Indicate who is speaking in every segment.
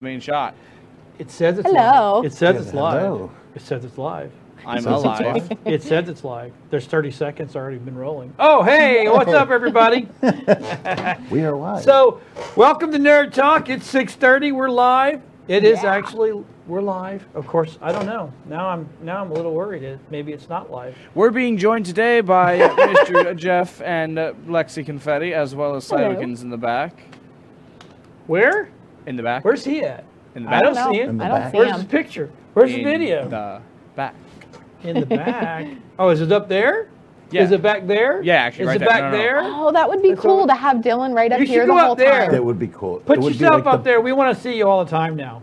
Speaker 1: main shot.
Speaker 2: It says it's
Speaker 3: Hello.
Speaker 2: live. It says it's
Speaker 4: Hello.
Speaker 2: live. It says it's live.
Speaker 1: I'm
Speaker 4: Sounds
Speaker 1: alive.
Speaker 4: off.
Speaker 2: It says it's live. There's 30 seconds already been rolling. Oh, hey, what's up, everybody?
Speaker 4: We are live.
Speaker 2: So, welcome to Nerd Talk. It's 6:30. We're live. It is actually we're live. Of course, I don't know. Now I'm now I'm a little worried. It- Maybe it's not live.
Speaker 1: We're being joined today by Mr. Jeff and uh, Lexi Confetti, as well as
Speaker 3: Hello.
Speaker 1: Cytokins in the back.
Speaker 2: Where?
Speaker 1: In the back.
Speaker 2: Where's he at?
Speaker 1: in the
Speaker 2: I
Speaker 1: back.
Speaker 2: don't
Speaker 3: No,
Speaker 2: see him.
Speaker 4: the
Speaker 3: I don't
Speaker 4: back.
Speaker 3: see
Speaker 2: Where's his
Speaker 3: him.
Speaker 2: picture? Where's the
Speaker 1: In
Speaker 2: video?
Speaker 1: The back.
Speaker 2: In the back. Oh, is it up there? Is
Speaker 1: Yeah.
Speaker 2: it back there?
Speaker 1: Yeah, actually,
Speaker 2: Is
Speaker 1: right there.
Speaker 2: it back
Speaker 1: No, no, no.
Speaker 2: there?
Speaker 3: Oh, that would be
Speaker 2: That's
Speaker 3: cool
Speaker 2: all-
Speaker 3: to have Dylan right up
Speaker 2: You
Speaker 3: here
Speaker 2: should
Speaker 3: the
Speaker 2: go
Speaker 3: whole
Speaker 2: up there.
Speaker 3: time.
Speaker 4: that would be cool. It
Speaker 2: Put
Speaker 4: would be
Speaker 2: yourself
Speaker 4: like
Speaker 2: up
Speaker 4: the-
Speaker 2: there. We want to see you all the time now.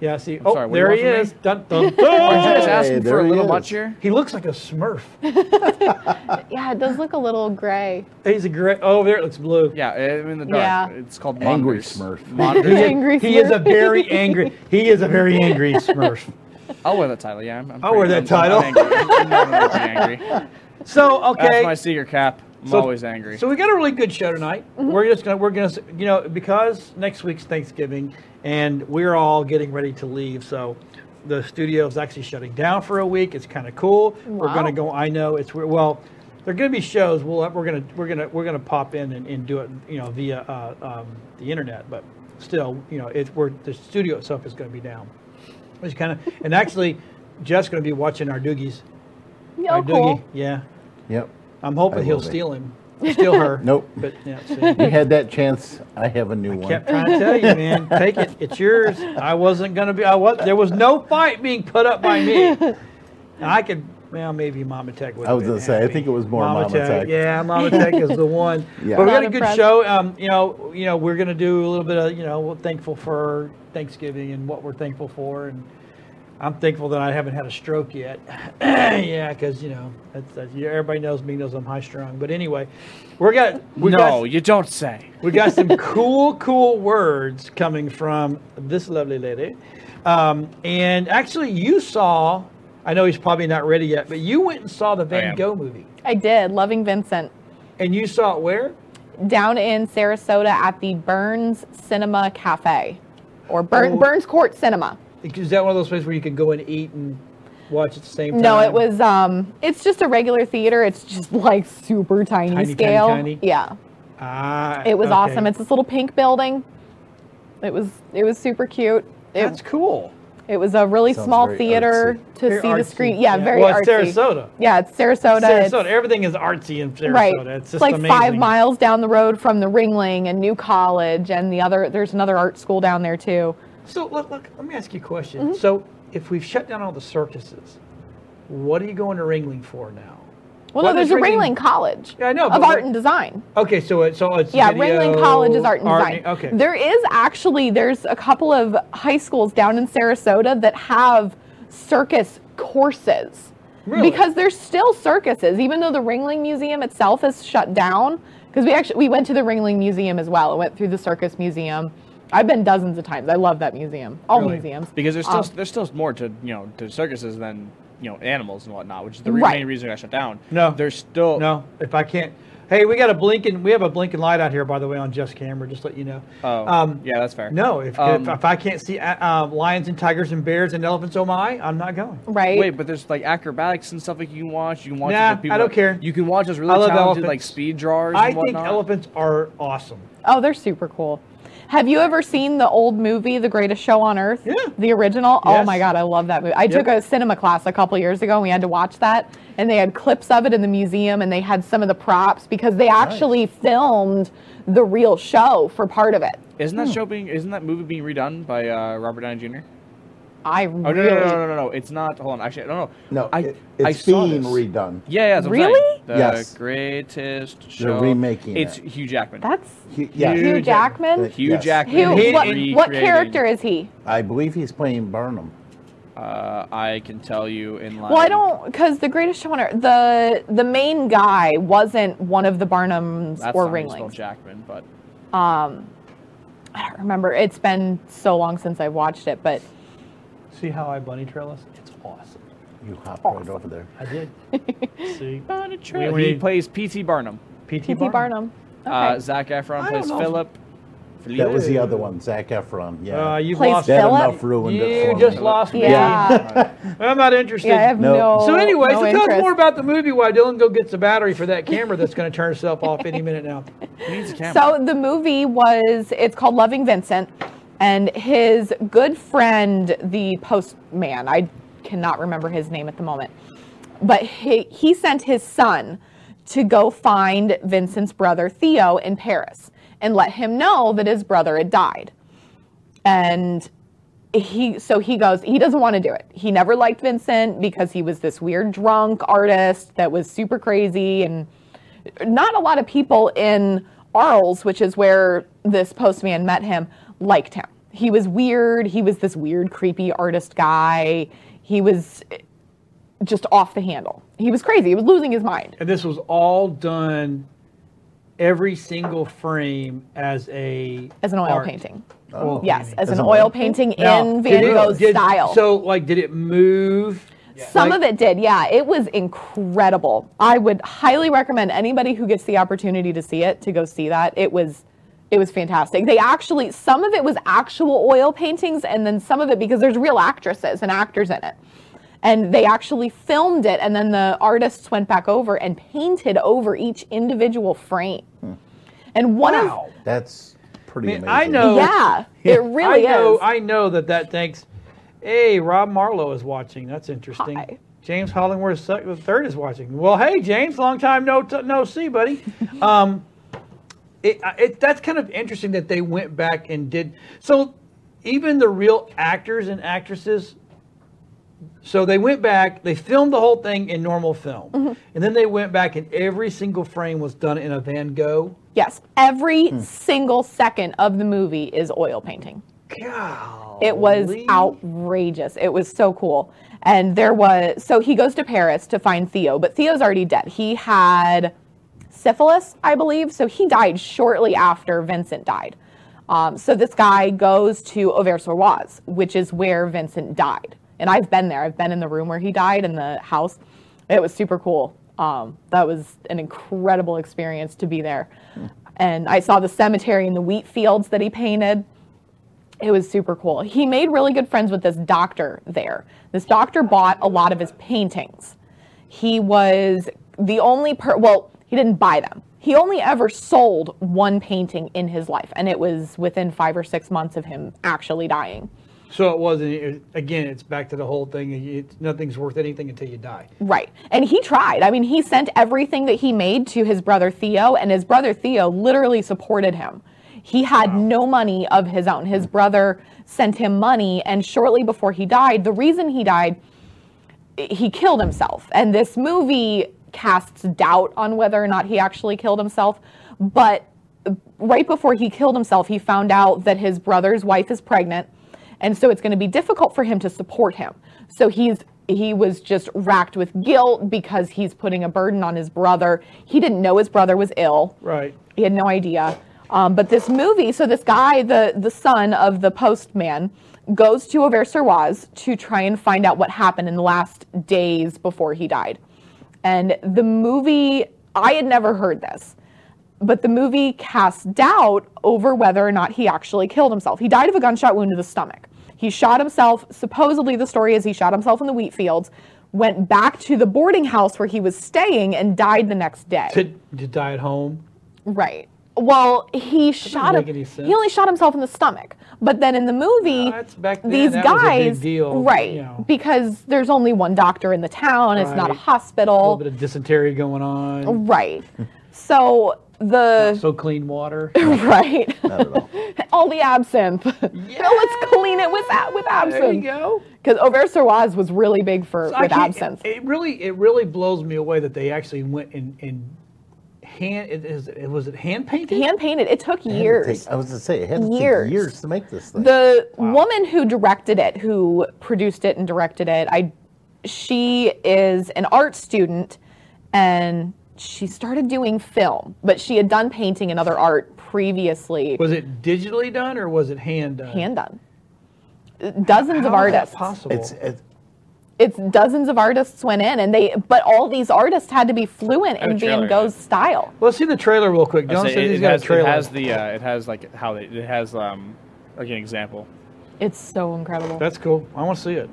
Speaker 2: Yeah, see. oh,
Speaker 1: sorry, what do you
Speaker 2: there
Speaker 1: want
Speaker 2: he
Speaker 1: from me?
Speaker 2: is. Dun, dun, dun.
Speaker 1: I'm just asking
Speaker 4: there
Speaker 1: for a
Speaker 4: he
Speaker 1: little
Speaker 4: is.
Speaker 1: much here.
Speaker 2: he looks like a smurf.
Speaker 3: Yeah, it does look a little gray.
Speaker 2: He's a great. Oh, there it looks blue.
Speaker 1: Yeah, uh, I'm in the dark.
Speaker 3: Yeah.
Speaker 1: It's called
Speaker 4: Angry
Speaker 1: monitors.
Speaker 4: Smurf.
Speaker 2: He, is-
Speaker 1: Monitors.
Speaker 3: Angry
Speaker 2: he is a
Speaker 3: Smurf.
Speaker 2: very angry. He is a very angry smurf.
Speaker 1: I'll wear that title. Yeah, I'm. I'm
Speaker 2: I'll wear
Speaker 1: pretty-
Speaker 2: that
Speaker 1: I'm- I'm
Speaker 2: title.
Speaker 1: angry. I'm not really angry.
Speaker 2: So okay.
Speaker 1: That's my secret cap. I'm
Speaker 2: So-
Speaker 1: always angry.
Speaker 2: So we got a really good show tonight.
Speaker 3: Mm-hmm.
Speaker 2: We're just gonna we're gonna s- you know because next week's Thanksgiving and we're all getting ready to leave. So the studio is actually shutting down for a week. It's kind of cool. We're
Speaker 3: Wow.
Speaker 2: gonna go. I know it's weird. well. There are gonna be shows. We'll we're gonna we're gonna we're gonna pop in and, and do it you know via uh, um, the internet. But still you know it we're the studio itself is gonna be down. It's kind of and actually Jeff's gonna be watching our doogies.
Speaker 3: Yeah,
Speaker 2: our
Speaker 3: oh, cool.
Speaker 2: doogie. Yeah.
Speaker 4: Yep.
Speaker 2: I'm
Speaker 4: I
Speaker 2: hoping he'll
Speaker 4: will be.
Speaker 2: steal him. Steal her.
Speaker 4: Nope.
Speaker 2: But yeah, see.
Speaker 4: You had that chance. I have a new one.
Speaker 2: kept trying to tell you, man. Take it. It's yours. I wasn't gonna be. I was. There was no fight being put up by me. And I could. Well, maybe Mama Tech would.
Speaker 4: I was gonna say, I think it was more Mama Tech.
Speaker 2: Yeah, Mama Tech is the one.
Speaker 4: Yeah.
Speaker 2: But we
Speaker 3: Not
Speaker 2: got a good
Speaker 3: impressed.
Speaker 2: show. Um, you know, you know, we're gonna do a little bit of. You know, we're thankful for Thanksgiving and what we're thankful for, and I'm thankful that I haven't had a stroke yet. yeah, because you know, that's, that's, yeah, everybody knows me knows I'm high strung. But anyway, we're got. We
Speaker 1: no,
Speaker 2: got,
Speaker 1: you don't say.
Speaker 2: we got some cool, cool words coming from this lovely lady. Um, and actually, you saw, I know he's probably not ready yet, but you went and saw the
Speaker 1: I am.
Speaker 2: Van Gogh movie.
Speaker 3: I did. Loving Vincent.
Speaker 2: And you saw it where?
Speaker 3: Down in Sarasota at the Burns Cinema Cafe or Burn,
Speaker 2: Oh.
Speaker 3: Burns Court Cinema.
Speaker 2: Is that one of those places where you could go and eat and watch at the same time?
Speaker 3: No, it was um it's just a regular theater. It's just like super tiny,
Speaker 2: Tiny, tiny,
Speaker 3: scale.
Speaker 2: tiny?
Speaker 3: Yeah.
Speaker 2: Ah,
Speaker 3: It was
Speaker 2: okay.
Speaker 3: awesome. It's this little pink building. It was it was super cute. It,
Speaker 2: That's cool.
Speaker 3: It was a really
Speaker 4: Sounds
Speaker 3: small
Speaker 4: very
Speaker 3: theater
Speaker 4: artsy.
Speaker 3: to
Speaker 2: Very
Speaker 3: see the
Speaker 2: artsy,
Speaker 3: screen. Yeah,
Speaker 2: yeah.
Speaker 3: very
Speaker 2: Well, it's
Speaker 3: artsy.
Speaker 2: Sarasota.
Speaker 3: Yeah, it's Sarasota. It's-
Speaker 2: Sarasota. Everything is artsy in Sarasota.
Speaker 3: right.
Speaker 2: It's just
Speaker 3: like
Speaker 2: amazing.
Speaker 3: five miles down the road from the Ringling and New College, and the other. There's another art school down there too.
Speaker 2: So look, look, let me ask you a question.
Speaker 3: Mm-hmm.
Speaker 2: So if we've shut down all the circuses, what are you going to Ringling for now?
Speaker 3: Well,
Speaker 2: Why
Speaker 3: no, there's
Speaker 2: does
Speaker 3: a Ringling College
Speaker 2: Yeah, I know,
Speaker 3: of
Speaker 2: but
Speaker 3: art
Speaker 2: what-
Speaker 3: and design.
Speaker 2: Okay, so it's so it's
Speaker 3: Yeah,
Speaker 2: video,
Speaker 3: Ringling College is art and design.
Speaker 2: Okay,
Speaker 3: There is actually there's a couple of high schools down in Sarasota that have circus courses.
Speaker 2: Really?
Speaker 3: Because there's still circuses, even though the Ringling Museum itself is shut down. Because we actually we went to the Ringling Museum as well. I went through the Circus Museum. I've been dozens of times. I love that museum. All
Speaker 2: Really?
Speaker 3: museums.
Speaker 1: Because there's still
Speaker 3: Um,
Speaker 1: there's still more to you know to circuses than you know animals and whatnot, which is the
Speaker 3: Right.
Speaker 1: main reason I shut down.
Speaker 2: No.
Speaker 1: there's still
Speaker 2: no, if I can't. Hey, we got a blinking. We have a blinking light out here, by the way, on Jeff's camera. Just to let you know. Um,
Speaker 1: Oh, yeah, that's fair.
Speaker 2: No, if,
Speaker 1: Um,
Speaker 2: if, if I can't see uh, uh, lions and tigers and bears and elephants, oh my, I'm not going.
Speaker 3: right.
Speaker 1: Wait, but there's like acrobatics and stuff like you can watch. You can watch.
Speaker 2: Nah,
Speaker 1: the people
Speaker 2: I don't
Speaker 1: that-
Speaker 2: care.
Speaker 1: You can watch those really
Speaker 2: I love
Speaker 1: talented like
Speaker 2: elephants.
Speaker 1: speed drawers.
Speaker 2: I
Speaker 1: and
Speaker 2: think
Speaker 1: whatnot.
Speaker 2: elephants are awesome.
Speaker 3: Oh, they're super cool. Have you ever seen the old movie, The Greatest Show on Earth?
Speaker 2: Yeah.
Speaker 3: The original? Oh
Speaker 2: Yes.
Speaker 3: my God, I love that movie. I took a cinema class a couple years ago and we had to watch that. And they had clips of it in the museum and they had some of the props because they actually filmed the real show for part of it.
Speaker 1: Isn't
Speaker 2: Hmm.
Speaker 1: that show being? Isn't that movie being redone by uh, Robert Downey Jr.?
Speaker 3: I
Speaker 1: Oh no,
Speaker 3: really.
Speaker 1: no, no, no, no, no, no! It's not. Hold on, actually, I don't know.
Speaker 4: No,
Speaker 1: I
Speaker 4: it-
Speaker 1: I
Speaker 4: it's
Speaker 1: saw
Speaker 4: being
Speaker 1: this.
Speaker 4: redone.
Speaker 1: Yeah, yeah. That's what I'm
Speaker 3: Really?
Speaker 1: saying. The
Speaker 4: Yes.
Speaker 1: greatest show.
Speaker 4: remaking
Speaker 1: It's
Speaker 4: it.
Speaker 1: Hugh Jackman.
Speaker 3: That's
Speaker 4: He- yeah.
Speaker 3: Hugh Jackman.
Speaker 1: Hugh
Speaker 4: Yes.
Speaker 1: Jackman.
Speaker 3: Who?
Speaker 2: He-
Speaker 3: what,
Speaker 2: he-
Speaker 3: what
Speaker 1: recreating-
Speaker 3: character is he?
Speaker 4: I believe he's playing Barnum.
Speaker 1: Uh, I can tell you in line.
Speaker 3: Well, I don't because the greatest show on earth, the the main guy wasn't one of the Barnums
Speaker 1: That's
Speaker 3: or
Speaker 1: not how you spell
Speaker 3: Ringlings.
Speaker 1: Jackman, but
Speaker 3: I don't remember. It's been so long since I've watched it, but
Speaker 2: See how I bunny trail us? It's awesome.
Speaker 4: You hopped right over there.
Speaker 2: I did. See,
Speaker 1: he
Speaker 2: we-
Speaker 1: plays P.T. Barnum.
Speaker 2: PT
Speaker 3: P.T. Barnum. Okay.
Speaker 1: Uh, Zach Efron
Speaker 2: I
Speaker 1: plays
Speaker 2: don't know.
Speaker 1: Philip. Philip.
Speaker 4: That was the other one, Zach Efron. Yeah.
Speaker 2: Uh, you've
Speaker 3: Plays
Speaker 2: lost.
Speaker 4: that
Speaker 3: Philip?
Speaker 4: enough ruined it
Speaker 2: You
Speaker 4: for
Speaker 2: just
Speaker 4: me.
Speaker 2: lost me.
Speaker 3: Yeah.
Speaker 2: I'm not interested.
Speaker 3: yeah, I have
Speaker 4: No.
Speaker 3: no.
Speaker 2: so anyway,
Speaker 3: no
Speaker 2: so tell us
Speaker 3: interest.
Speaker 2: more about the movie while Dylan go gets the battery for that camera that's going to turn itself off any minute now.
Speaker 5: He needs a camera.
Speaker 3: So the movie was it's called Loving Vincent, and his good friend, the postman, I cannot remember his name at the moment, but he, he sent his son to go find Vincent's brother Theo in Paris and let him know that his brother had died. And he so he goes he doesn't want to do it he never liked vincent because he was this weird drunk artist that was super crazy and not a lot of people in arles which is where this postman met him liked him he was weird he was this weird creepy artist guy he was just off the handle he was crazy he was losing his mind
Speaker 2: And this was all done, every single frame as a
Speaker 3: as an oil
Speaker 2: art.
Speaker 3: painting
Speaker 2: Oil
Speaker 3: yes
Speaker 2: painting.
Speaker 3: as
Speaker 4: As
Speaker 3: an
Speaker 4: an
Speaker 3: oil
Speaker 4: oil
Speaker 3: painting
Speaker 2: Now,
Speaker 3: in
Speaker 2: did
Speaker 3: van
Speaker 2: it-
Speaker 3: gogh's
Speaker 2: did-
Speaker 3: style
Speaker 2: So like, did it move?
Speaker 3: Some
Speaker 2: Like-
Speaker 3: of it did, yeah. It was incredible. I would highly recommend anybody who gets the opportunity to see it to go see that. It was it was fantastic. They actually some of it was actual oil paintings and then some of it because there's real actresses and actors in it. And they actually filmed it and then the artists went back over and painted over each individual frame. And one
Speaker 2: Hmm. Wow.
Speaker 4: That's pretty
Speaker 2: Man,
Speaker 4: amazing.
Speaker 2: I know-
Speaker 3: of yeah, it really
Speaker 2: I know,
Speaker 3: is.
Speaker 2: I know that that thinks, hey, Rob Marlowe is watching. That's interesting.
Speaker 3: Hi.
Speaker 2: James Hollingworth sec- the third is watching. Well, hey, James, long time no t- no see, buddy. um, it, I- it, that's kind of interesting that they went back and did so. Even the real actors and actresses. So they went back. They filmed the whole thing in normal film,
Speaker 3: Mm-hmm.
Speaker 2: and then they went back, and every single frame was done in a Van Gogh.
Speaker 3: yes, every
Speaker 2: Hmm.
Speaker 3: single second of the movie is oil painting.
Speaker 2: God,
Speaker 3: It was outrageous. It was so cool. And there was, so he goes to Paris to find Theo, but Theo's already dead. He had syphilis, I believe. So he died shortly after Vincent died. Um, so this guy goes to Auvers-sur-Oise, which is where Vincent died. And I've been there. I've been in the room where he died in the house. It was super cool. Um, that was an incredible experience to be there. And I saw the cemetery and the wheat fields that he painted it was super cool. He made really good friends with this doctor there. This doctor bought a lot of his paintings. He was the only per well, he didn't buy them. He only ever sold one painting in his life, and it was within five or six months of him actually dying.
Speaker 2: So it wasn't. It, again, it's back to the whole thing. It, nothing's worth anything until you die.
Speaker 3: Right. And he tried. I mean, he sent everything that he made to his brother Theo, and his brother Theo literally supported him. He had no money of his own. His brother sent him money, and shortly before he died, the reason he died, i- he killed himself. And this movie casts doubt on whether or not he actually killed himself. But right before he killed himself, he found out that his brother's wife is pregnant, and so it's going to be difficult for him to support him. So he's he was just racked with guilt because he's putting a burden on his brother. He didn't know his brother was ill.
Speaker 2: Right.
Speaker 3: He had no idea. Um, but this movie, so this guy, the the son of the postman, goes to Auvers-sur-Oise to try and find out what happened in the last days before he died. And the movie, I had never heard this, but the movie casts doubt over whether or not he actually killed himself. He died of a gunshot wound to the stomach. He shot himself, supposedly, the story is he shot himself in the wheat fields, went back to the boarding house where he was staying, and died the next day.
Speaker 2: To, to die at home.
Speaker 3: Right. Well, he shot him.
Speaker 2: make any sense.
Speaker 3: He only shot himself in the stomach. But then in the movie,
Speaker 2: that's back then,
Speaker 3: these
Speaker 2: that was a big
Speaker 3: guys,
Speaker 2: deal,
Speaker 3: right?
Speaker 2: you know.
Speaker 3: Because there's only one doctor in the town. It's not a
Speaker 2: Right. A little
Speaker 3: hospital,
Speaker 2: bit of dysentery going on.
Speaker 3: right? So the
Speaker 2: So clean water.
Speaker 3: right,
Speaker 4: I don't know.
Speaker 3: all the absinthe. Yeah. Let's clean it with that with absinthe.
Speaker 2: there you go.
Speaker 3: Because Auvers-sur-Oise was really big for
Speaker 2: I
Speaker 3: with
Speaker 2: can't-
Speaker 3: absinthe.
Speaker 2: It, it really, it really blows me away that they actually went and, and hand. It, is, it was it hand painted.
Speaker 3: Hand painted. It took
Speaker 4: It had to
Speaker 3: years.
Speaker 4: take- I was to say, it had to
Speaker 3: Years.
Speaker 4: take years to make this thing.
Speaker 3: The woman who directed it, who produced it and directed it, I she is an art student and she started doing film, but she had done painting and other art previously.
Speaker 2: was it digitally done or was it hand done?
Speaker 3: hand done. Dozens
Speaker 2: How
Speaker 3: of
Speaker 2: is that
Speaker 3: artists.
Speaker 2: Possible.
Speaker 4: it's it,
Speaker 3: it's dozens of artists went in, and they but all these artists had to be fluent
Speaker 1: Have a
Speaker 3: in Van
Speaker 1: trailer,
Speaker 3: Gogh's style.
Speaker 2: Let's see the trailer real quick.
Speaker 1: I
Speaker 2: John
Speaker 1: say
Speaker 2: says
Speaker 1: it,
Speaker 2: he's
Speaker 1: it
Speaker 2: got
Speaker 1: has,
Speaker 2: a trailer.
Speaker 1: it has the uh, it has like how they it has um like an example.
Speaker 3: It's so incredible.
Speaker 2: That's cool. I want to see it.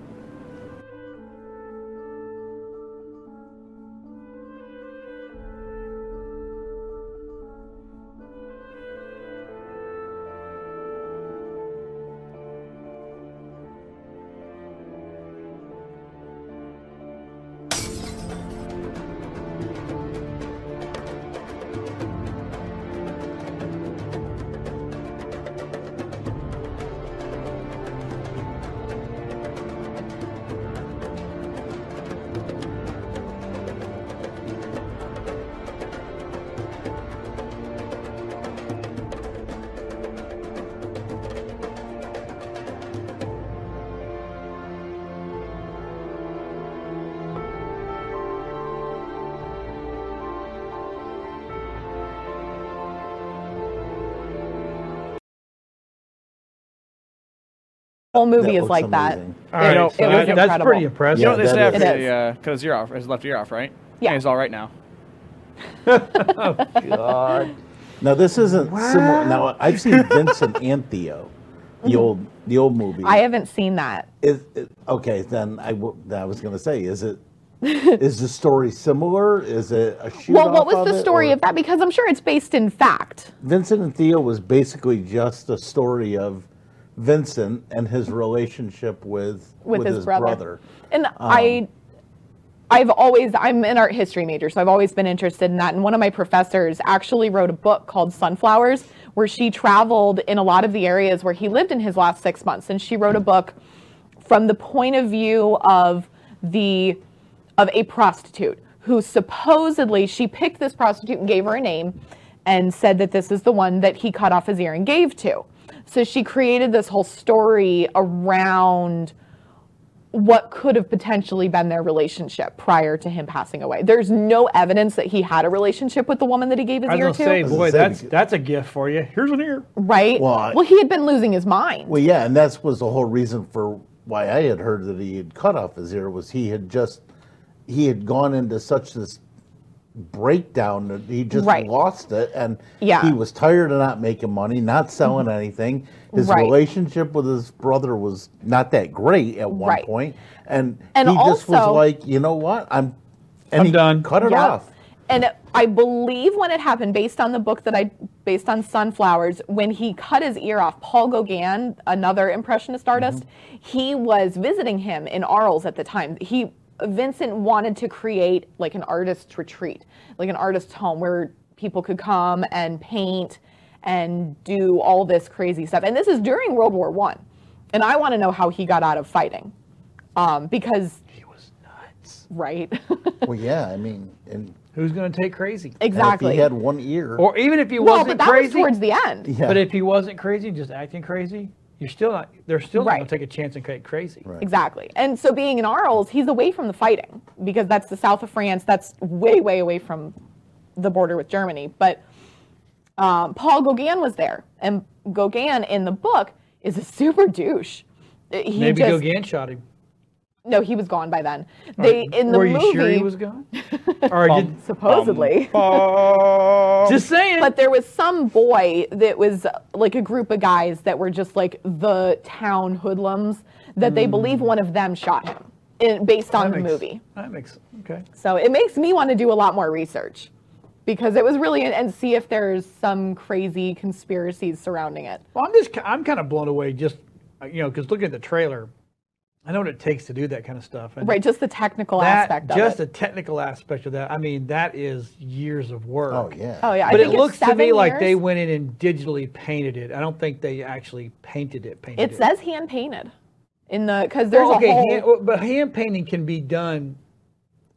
Speaker 3: whole movie
Speaker 4: That
Speaker 3: is
Speaker 4: looks
Speaker 3: like
Speaker 4: amazing.
Speaker 3: that.
Speaker 2: All right,
Speaker 5: know,
Speaker 2: so
Speaker 5: it was
Speaker 2: that- that's
Speaker 3: incredible.
Speaker 2: pretty impressive.
Speaker 5: You
Speaker 4: Yeah,
Speaker 5: know this is
Speaker 4: that
Speaker 5: after
Speaker 4: is-
Speaker 3: It is.
Speaker 1: uh,
Speaker 5: the because your off his left ear off, right?
Speaker 3: Yeah.
Speaker 5: And he's all right now.
Speaker 4: God. Now this isn't similar. Now I've seen Vincent and Theo, the old the old movie.
Speaker 3: I haven't seen that.
Speaker 4: Is- is- okay, then I w- then I was going to say, is it is the story similar? Is it a shoot?
Speaker 3: Well, what was the story of that? Because I'm sure it's based in fact.
Speaker 4: Vincent and Theo was basically just a story of Vincent and his relationship with
Speaker 3: with, his, brother. Um,
Speaker 4: brother.
Speaker 3: And I I've always I'm an art history major, so I've always been interested in that. And one of my professors actually wrote a book called Sunflowers where she traveled in a lot of the areas where he lived in his last 6 months and she wrote a book from the point of view of the of a prostitute who supposedly she picked this prostitute and gave her a name and said that this is the one that he cut off his ear and gave to. So she created this whole story around what could have potentially been their relationship prior to him passing away. There's no evidence that he had a relationship with the woman that he gave his
Speaker 2: I was
Speaker 3: ear
Speaker 2: gonna
Speaker 3: to.
Speaker 2: say,
Speaker 4: Doesn't
Speaker 2: boy,
Speaker 4: say
Speaker 2: that's
Speaker 4: because-
Speaker 2: that's a gift for you. Here's an ear.
Speaker 3: right?
Speaker 4: Well, I-
Speaker 3: well, he had been losing his mind.
Speaker 4: Well, yeah, and that was the whole reason for why I had heard that he had cut off his ear was he had just he had gone into such this breakdown that he just
Speaker 3: Right.
Speaker 4: lost it, and
Speaker 3: Yeah. Mm-hmm.
Speaker 4: he was tired of not making money, not selling anything. His
Speaker 3: Right.
Speaker 4: relationship with his brother was not that great at one
Speaker 3: Right.
Speaker 4: point, and,
Speaker 3: And
Speaker 4: he just was
Speaker 3: also-
Speaker 4: like, you know what, I'm and
Speaker 2: I'm
Speaker 4: he
Speaker 2: done.
Speaker 4: Cut it
Speaker 3: Yep.
Speaker 4: off.
Speaker 3: And I believe when it happened, based on the book that I, based on Sunflowers, when he cut his ear off, Paul Gauguin, another Impressionist artist, he was visiting him in Arles at the time. He, Vincent wanted to create like an artist's retreat, like an artist's home where people could come and paint and do all this crazy stuff. And this is during World War One. And I want to know how he got out of fighting, um, because he was nuts, right?
Speaker 4: Well, yeah, I mean, and,
Speaker 2: Who's gonna take crazy?
Speaker 4: and
Speaker 3: exactly.
Speaker 4: if he had one ear,
Speaker 2: Or even if he
Speaker 3: Well,
Speaker 2: wasn't
Speaker 3: but that
Speaker 2: crazy.
Speaker 3: was towards the end.
Speaker 4: yeah,
Speaker 2: But if he wasn't crazy, just acting crazy, you're still not. They're still not
Speaker 3: Right.
Speaker 2: gonna take a chance and get crazy.
Speaker 4: Right.
Speaker 3: Exactly. And so being in Arles, he's away from the fighting because that's the south of France. That's way, way away from the border with Germany. But um, Paul Gauguin was there. And Gauguin in the book is a super douche. He
Speaker 2: Maybe
Speaker 3: just,
Speaker 2: Gauguin shot him.
Speaker 3: No, he was gone by then. They in the
Speaker 2: Were you
Speaker 3: movie
Speaker 2: sure he was Um, gone? or did,
Speaker 3: supposedly.
Speaker 2: just saying.
Speaker 3: But there was some boy that was uh, like a group of guys that were just like the town hoodlums that they believe one of them shot him in, based
Speaker 2: Mm.
Speaker 3: on
Speaker 2: that
Speaker 3: the
Speaker 2: makes,
Speaker 3: movie.
Speaker 2: That makes okay.
Speaker 3: So it makes me want to do a lot more research because it was really and see if there's some crazy conspiracies surrounding it.
Speaker 2: Well, I'm just ki- I'm kind of blown away just uh, you know because looking at the trailer, I know what it takes to do that kind of stuff. And
Speaker 3: Right, just the technical
Speaker 2: that-
Speaker 3: aspect of
Speaker 2: just
Speaker 3: it.
Speaker 2: the technical aspect of that. I mean, that is years of work.
Speaker 4: oh yeah,
Speaker 3: oh yeah, I
Speaker 2: but it
Speaker 3: think it's
Speaker 2: looks to me
Speaker 3: seven
Speaker 2: like they
Speaker 3: years.
Speaker 2: went in and digitally painted it. I don't think they actually painted it. Painted
Speaker 3: It
Speaker 2: it.
Speaker 3: says hand painted in the because there's
Speaker 2: Well, okay,
Speaker 3: a whole
Speaker 2: hand, oh, well, but hand painting can be done.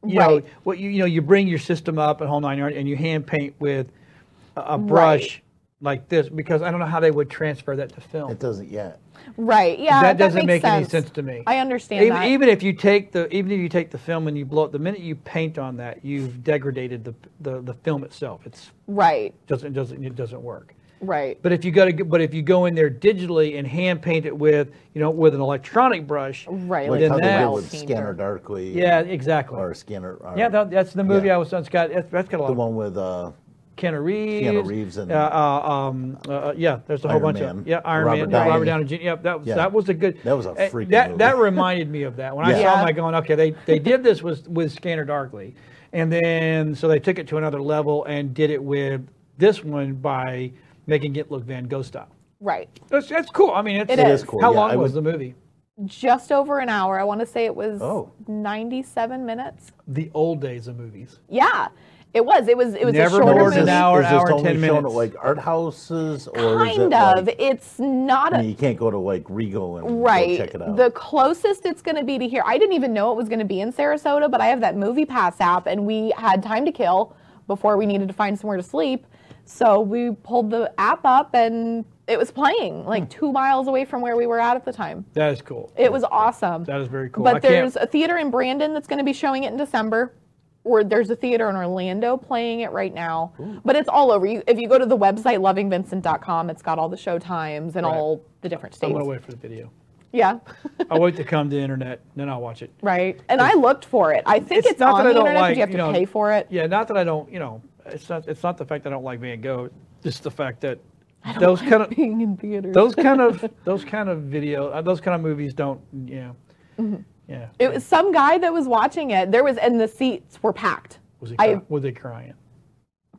Speaker 2: You
Speaker 3: Right.
Speaker 2: know what you you know you bring your system up and whole nine yards, and you hand paint with a, a brush like this because I don't know how they would transfer that to film.
Speaker 4: it doesn't yet.
Speaker 3: right. Yeah,
Speaker 2: that doesn't
Speaker 3: makes
Speaker 2: make any
Speaker 3: sense.
Speaker 2: sense to me.
Speaker 3: I understand
Speaker 2: even,
Speaker 3: that.
Speaker 2: even if you take the even if you take the film and you blow it, the minute you paint on that, you've degraded the the, the film itself. It's
Speaker 3: right.
Speaker 2: doesn't doesn't it doesn't work.
Speaker 3: Right.
Speaker 2: But if you go to, but if you go in there digitally and hand paint it with, you know, with an electronic brush,
Speaker 3: Right,
Speaker 2: Well,
Speaker 4: Like
Speaker 2: then
Speaker 4: how they
Speaker 2: that-
Speaker 4: did with Scanner Darkly.
Speaker 2: yeah, exactly.
Speaker 4: Or Scanner. Or,
Speaker 2: yeah, that, that's the movie
Speaker 4: yeah.
Speaker 2: I was. That's got that's, that's got a
Speaker 4: the
Speaker 2: lot.
Speaker 4: one with uh,
Speaker 2: Keanu Reeves.
Speaker 4: Keanu Reeves and-
Speaker 2: uh, uh, um, uh, uh, yeah, there's a whole
Speaker 4: Iron
Speaker 2: bunch
Speaker 4: Man.
Speaker 2: of yeah, Iron Man,
Speaker 4: Robert
Speaker 2: yeah, Robert
Speaker 4: Downey.
Speaker 2: Downey Jr. Yep, that was
Speaker 4: Yeah.
Speaker 2: that was a good.
Speaker 4: That was a
Speaker 2: uh,
Speaker 4: freaking
Speaker 2: That that
Speaker 4: movie.
Speaker 2: reminded me of that when I
Speaker 4: Yeah.
Speaker 2: saw
Speaker 3: Yeah.
Speaker 2: my going. Okay, they they did this with with Scanner Darkly, and then so they took it to another level and did it with this one by making it look Van Gogh style.
Speaker 3: Right.
Speaker 2: That's that's cool. I mean, it's,
Speaker 3: It It is is.
Speaker 4: cool,
Speaker 2: How
Speaker 4: yeah,
Speaker 2: long
Speaker 4: I
Speaker 2: was
Speaker 4: would-
Speaker 2: the movie?
Speaker 3: Just over an hour. I want to say it was
Speaker 4: Oh.
Speaker 3: 97 minutes.
Speaker 2: The old days of movies.
Speaker 3: Yeah. It was. It was it was
Speaker 2: Never
Speaker 3: a
Speaker 2: more than
Speaker 3: shorter
Speaker 4: is
Speaker 2: an
Speaker 3: movie.
Speaker 2: hour,
Speaker 4: is
Speaker 2: hour,
Speaker 4: this only
Speaker 2: 10
Speaker 4: shown
Speaker 2: minutes.
Speaker 4: at like art houses or is it
Speaker 3: Kind
Speaker 4: like-
Speaker 3: of. it's not
Speaker 4: I
Speaker 3: a
Speaker 4: mean, you can't go to like Rego and go
Speaker 3: Right.
Speaker 4: check it out.
Speaker 3: The closest it's going to be to here. I didn't even know it was going to be in Sarasota, but I have that Movie Pass app, and we had time to kill before we needed to find somewhere to sleep. So we pulled the app up, and it was playing like two miles away from where we were at at the time.
Speaker 2: That is cool.
Speaker 3: It was awesome.
Speaker 2: That is very cool. I
Speaker 3: But
Speaker 2: can't-
Speaker 3: there's a theater in Brandon that's going to be showing it in December. Or there's a theater in Orlando playing it right now. But it's all over. You, if you go to the website lovingvincent.com, it's got all the show times and
Speaker 2: Right.
Speaker 3: all the different
Speaker 2: I'm
Speaker 3: states.
Speaker 2: gonna wait for the video.
Speaker 3: Yeah.
Speaker 2: I'll wait to come to the internet, then I'll watch it.
Speaker 3: Right. And I looked for it. I think it's,
Speaker 2: not
Speaker 3: on
Speaker 2: that I
Speaker 3: the
Speaker 2: don't
Speaker 3: internet, but
Speaker 2: like,
Speaker 3: you have
Speaker 2: you
Speaker 3: to
Speaker 2: know,
Speaker 3: pay for it.
Speaker 2: Yeah, not that I don't, you know, it's not it's not the fact that I don't like Van Gogh, just the fact that those kind of
Speaker 3: Being in theaters.
Speaker 2: those kind of those kind of video uh, those kind of movies don't, you know. Yeah.
Speaker 3: Mm-hmm. it was some guy that was watching it. There was, and the seats were packed.
Speaker 2: was he
Speaker 3: I
Speaker 2: cry- was he crying?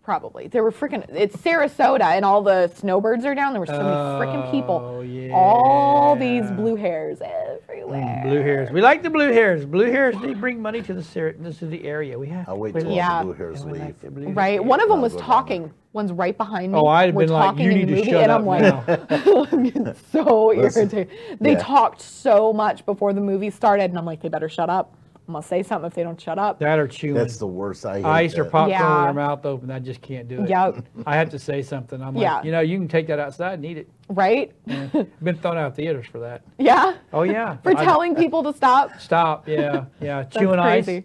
Speaker 3: probably there were freaking. It's Sarasota, and all the snowbirds are down. There were so many freaking
Speaker 2: Oh,
Speaker 3: people. All these
Speaker 2: yeah.
Speaker 3: blue hairs everywhere.
Speaker 2: Blue hairs. We like the blue hairs. Blue hairs they bring money to the ser- to the area. We have
Speaker 4: I'll
Speaker 2: to-
Speaker 4: wait
Speaker 2: we
Speaker 4: till
Speaker 3: Yeah.
Speaker 4: all the blue hairs
Speaker 2: we like
Speaker 4: leave.
Speaker 2: the blue
Speaker 3: Right.
Speaker 2: hairs.
Speaker 3: One of them
Speaker 4: I'll
Speaker 3: was
Speaker 4: go down
Speaker 3: talking. One's right behind me.
Speaker 2: Oh, I'd have
Speaker 3: We're
Speaker 2: been like,
Speaker 3: talking
Speaker 2: you
Speaker 3: in
Speaker 2: need
Speaker 3: the
Speaker 2: to
Speaker 3: movie,
Speaker 2: shut
Speaker 3: and
Speaker 2: up
Speaker 3: I'm like,
Speaker 2: now.
Speaker 3: I'm getting so
Speaker 4: Listen,
Speaker 3: irritated. They
Speaker 4: yeah.
Speaker 3: talked so much before the movie started, and I'm like, they better shut up. I'm gonna say something if they don't shut up.
Speaker 2: That are chewing.
Speaker 4: That's the worst. I hate
Speaker 2: ice or
Speaker 4: that.
Speaker 2: popcorn with
Speaker 3: Yeah.
Speaker 2: their mouth open. I just can't do it.
Speaker 3: Yep.
Speaker 2: I have to say something. I'm like,
Speaker 3: Yeah.
Speaker 2: you know, you can take that outside and eat it.
Speaker 3: Right?
Speaker 2: I've been thrown out of theaters for that.
Speaker 3: Yeah.
Speaker 2: Oh yeah.
Speaker 3: For
Speaker 2: I-
Speaker 3: telling people to stop.
Speaker 2: Stop. Yeah. Yeah.
Speaker 3: That's
Speaker 2: Chewing
Speaker 3: crazy.
Speaker 2: ice.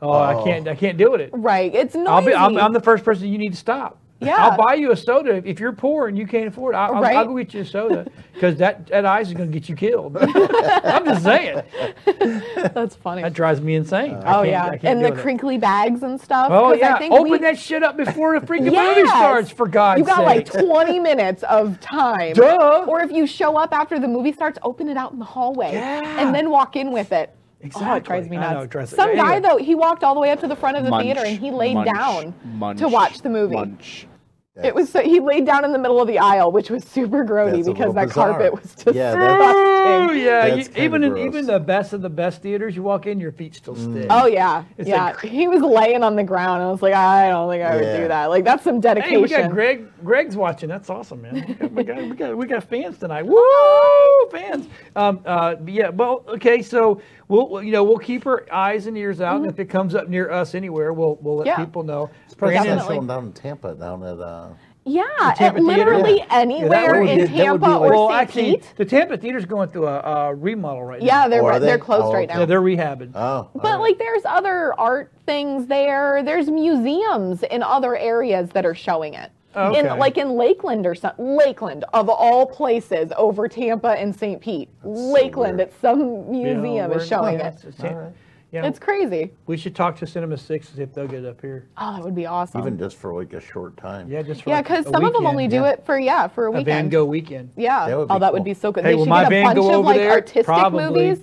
Speaker 2: Oh, I can't. I can't deal with it.
Speaker 3: Right. It's noisy.
Speaker 2: I'll be. I'm, I'm the first person you need to stop.
Speaker 3: Yeah.
Speaker 2: I'll buy you a soda if- if you're poor and you can't afford. it. I, I'll, I'll
Speaker 3: Right.
Speaker 2: go get you a soda because that, that ice is gonna get you killed. I'm just saying
Speaker 3: That's funny.
Speaker 2: that drives me insane. I
Speaker 3: oh
Speaker 2: can't-
Speaker 3: yeah.
Speaker 2: I can't
Speaker 3: And the
Speaker 2: deal with it.
Speaker 3: crinkly bags and stuff.
Speaker 2: Oh
Speaker 3: 'cause
Speaker 2: yeah.
Speaker 3: I think
Speaker 2: Open
Speaker 3: we-
Speaker 2: that shit up before the freaking movie
Speaker 3: Yes!
Speaker 2: starts. For God's
Speaker 3: You got
Speaker 2: sake.
Speaker 3: like 20 minutes of time.
Speaker 2: Duh.
Speaker 3: Or if you show up after the movie starts, open it out in the hallway
Speaker 2: Yeah.
Speaker 3: and then walk in with it. Oh, it
Speaker 2: Exactly.
Speaker 3: drives me
Speaker 2: I
Speaker 3: nuts.
Speaker 2: know, it drives-
Speaker 3: Some guy
Speaker 2: anyway.
Speaker 3: though, he walked all the way up to the front of the
Speaker 1: Munch,
Speaker 3: theater and he laid
Speaker 1: munch,
Speaker 3: down
Speaker 1: munch,
Speaker 3: to watch the movie.
Speaker 1: Munch.
Speaker 3: It was so, he laid down in the middle of the aisle, which was super
Speaker 4: That's
Speaker 3: grody
Speaker 4: a little
Speaker 3: because that
Speaker 4: bizarre.
Speaker 3: carpet was just
Speaker 4: Yeah,
Speaker 2: Oh
Speaker 3: disgusting.
Speaker 2: yeah,
Speaker 4: That's
Speaker 2: you-
Speaker 4: kinda
Speaker 2: even in,
Speaker 4: gross. Mm.
Speaker 2: even the best of the best theaters, you walk in, your feet still stick.
Speaker 3: Oh yeah, yeah.
Speaker 2: like-
Speaker 3: he was laying on the ground. I was like, I don't think I would
Speaker 4: Yeah.
Speaker 3: do that. Like that's some
Speaker 2: hey,
Speaker 3: dedication.
Speaker 2: we got Greg. Greg's watching. That's awesome, man. We got we got, we got, we got fans tonight. Woo, fans. Um, uh, but yeah. Well, okay. So we'll we'll- you know we'll keep our eyes and ears out, and if it comes up near us anywhere, we'll we'll let
Speaker 3: Yeah.
Speaker 2: people know.
Speaker 4: It's probably
Speaker 3: Brandon-
Speaker 4: still shown down in Tampa, down at uh,
Speaker 3: Yeah,
Speaker 2: Tampa
Speaker 3: at
Speaker 2: Theater,
Speaker 3: literally
Speaker 4: yeah.
Speaker 3: anywhere
Speaker 4: would
Speaker 3: in
Speaker 4: be- that would be
Speaker 3: Tampa
Speaker 4: like-
Speaker 3: or
Speaker 2: well,
Speaker 3: St.
Speaker 2: actually,
Speaker 3: Pete.
Speaker 2: the Tampa theater's going through a, a remodel right
Speaker 3: Yeah,
Speaker 2: now.
Speaker 3: they're
Speaker 4: Oh, are
Speaker 3: right-
Speaker 4: they?
Speaker 3: they're closed
Speaker 4: Oh,
Speaker 3: right
Speaker 4: okay.
Speaker 3: now.
Speaker 2: Yeah, they're rehabbing.
Speaker 4: oh.
Speaker 3: but like, there's other art things there. There's museums in other areas that are showing it.
Speaker 2: Okay.
Speaker 3: In like in Lakeland or something. Lakeland of all places over Tampa and St. Pete. Lakeland
Speaker 4: weird.
Speaker 3: at some
Speaker 2: You know,
Speaker 3: museum
Speaker 2: we're-
Speaker 3: is showing
Speaker 2: yeah,
Speaker 3: it.
Speaker 2: it's- it's-
Speaker 4: right.
Speaker 2: yeah,
Speaker 3: It's crazy.
Speaker 2: we should talk to Cinema Six and see if they'll get it up here.
Speaker 3: Oh, that would be awesome.
Speaker 4: even just for like a short time.
Speaker 2: Yeah, just for
Speaker 3: yeah,
Speaker 2: like
Speaker 3: because
Speaker 2: a
Speaker 3: some of them
Speaker 2: weekend,
Speaker 3: only do
Speaker 2: yeah.
Speaker 3: it for yeah for a
Speaker 2: a
Speaker 3: weekend.
Speaker 2: Van Gogh weekend.
Speaker 3: Yeah.
Speaker 4: That would
Speaker 3: oh,
Speaker 4: be
Speaker 3: that would
Speaker 4: cool.
Speaker 3: be so good.
Speaker 2: Hey,
Speaker 3: they
Speaker 2: will
Speaker 3: should
Speaker 2: my
Speaker 3: get a
Speaker 2: van
Speaker 3: bunch
Speaker 2: go
Speaker 3: of
Speaker 2: over
Speaker 3: like
Speaker 2: there?
Speaker 3: artistic
Speaker 2: Probably.
Speaker 3: movies.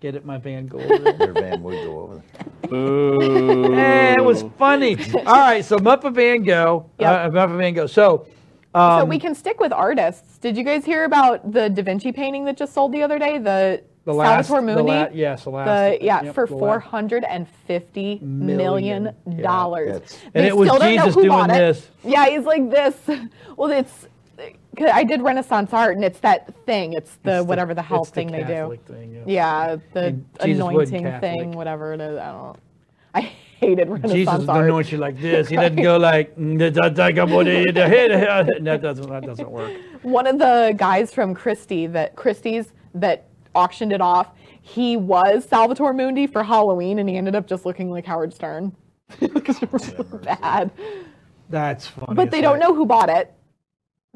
Speaker 2: Get it, my van go over there.
Speaker 4: Your van would go over there.
Speaker 1: Boo.
Speaker 2: hey, it was funny. All right, so Muffa Van Gogh. Uh,
Speaker 3: Yep.
Speaker 2: Muffa Van Gogh. So, um,
Speaker 3: so we can stick with artists. Did you guys hear about the Da Vinci painting that just sold the other day? The,
Speaker 2: the last.
Speaker 3: Salvatore
Speaker 2: The
Speaker 3: Mundi.
Speaker 2: la- yes, the last.
Speaker 3: The- yeah,
Speaker 2: yep,
Speaker 3: for
Speaker 2: the
Speaker 3: four
Speaker 2: last.
Speaker 3: hundred and fifty
Speaker 2: Million,
Speaker 3: million
Speaker 2: yeah.
Speaker 3: dollars.
Speaker 4: That's-
Speaker 3: They
Speaker 2: And it was
Speaker 3: still don't know
Speaker 2: Jesus
Speaker 3: who
Speaker 2: doing
Speaker 3: bought it.
Speaker 2: this.
Speaker 3: Yeah, he's like this. Well, it's 'cause I did Renaissance art, and it's that thing. It's the
Speaker 2: It's
Speaker 3: whatever the hell
Speaker 2: it's
Speaker 3: thing they do.
Speaker 2: Catholic thing,
Speaker 3: Yeah, the
Speaker 2: And Jesus wasn't
Speaker 3: anointing thing,
Speaker 2: Catholic.
Speaker 3: whatever it is. I don't. know. I hated Renaissance
Speaker 2: Jesus doesn't
Speaker 3: art.
Speaker 2: anoint you like this. He doesn't go like "Mm, da- da- da- ga- bo- da- da- he- da- he-" that doesn't that doesn't work.
Speaker 3: One of the guys from Christie that Christie's that auctioned it off, he was Salvatore Mundi for Halloween, and he ended up just looking like Howard Stern. It was really bad,
Speaker 2: That's funny.
Speaker 3: but they don't know who bought it.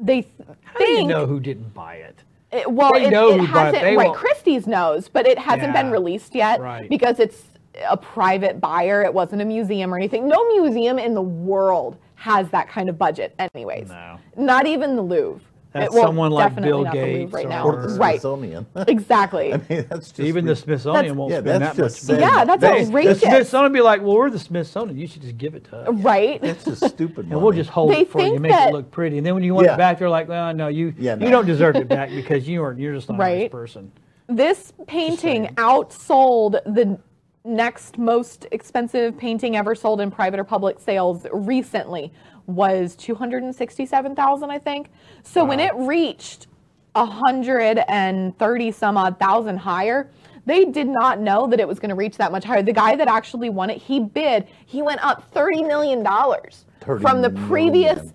Speaker 3: They th-
Speaker 2: How do you
Speaker 3: think
Speaker 2: know who didn't buy it?
Speaker 3: it, well,
Speaker 2: They
Speaker 3: it,
Speaker 2: know
Speaker 3: it
Speaker 2: who bought it.
Speaker 3: hasn't.
Speaker 2: They
Speaker 3: Right,
Speaker 2: won't-
Speaker 3: Christie's knows, but it hasn't been
Speaker 2: Yeah,
Speaker 3: released yet
Speaker 2: right.
Speaker 3: because it's a private buyer. It wasn't a museum or anything. No museum in the world has that kind of budget, anyways.
Speaker 2: No.
Speaker 3: Not even the Louvre.
Speaker 2: That's
Speaker 3: It- well,
Speaker 2: someone like
Speaker 3: definitely
Speaker 2: Bill
Speaker 3: not the Louvre
Speaker 2: Gates
Speaker 3: right now.
Speaker 2: or-
Speaker 4: Or the
Speaker 3: right.
Speaker 4: Smithsonian.
Speaker 3: Exactly.
Speaker 4: I mean, that's just
Speaker 2: Even the
Speaker 4: rid-
Speaker 2: Smithsonian
Speaker 3: That's-
Speaker 2: won't
Speaker 4: Yeah,
Speaker 2: spend
Speaker 4: that's
Speaker 2: that much.
Speaker 4: just sad.
Speaker 2: money.
Speaker 3: yeah, that's
Speaker 4: They- the
Speaker 2: The
Speaker 3: outrageous.
Speaker 2: Smithsonian would be like, well, we're the Smithsonian. You should just give it to us.
Speaker 3: Right?
Speaker 4: That's just stupid.
Speaker 2: And we'll
Speaker 4: money.
Speaker 2: just hold
Speaker 3: They
Speaker 2: it for you,
Speaker 3: think
Speaker 2: make
Speaker 3: that-
Speaker 2: it look pretty. And then when you want
Speaker 4: Yeah.
Speaker 2: it back, they're like, well, no, you
Speaker 4: Yeah,
Speaker 2: you
Speaker 4: no.
Speaker 2: don't deserve it back because you aren't. You're just not a
Speaker 3: Right.
Speaker 2: nice person.
Speaker 3: This painting outsold the next most expensive painting ever sold in private or public sales recently was 267,000 I think. So when it reached 130 some odd thousand higher, they did not know that it was going to reach that much higher. The guy that actually won it, he bid, he went up 30 million dollars from the
Speaker 4: $30
Speaker 3: previous
Speaker 4: million.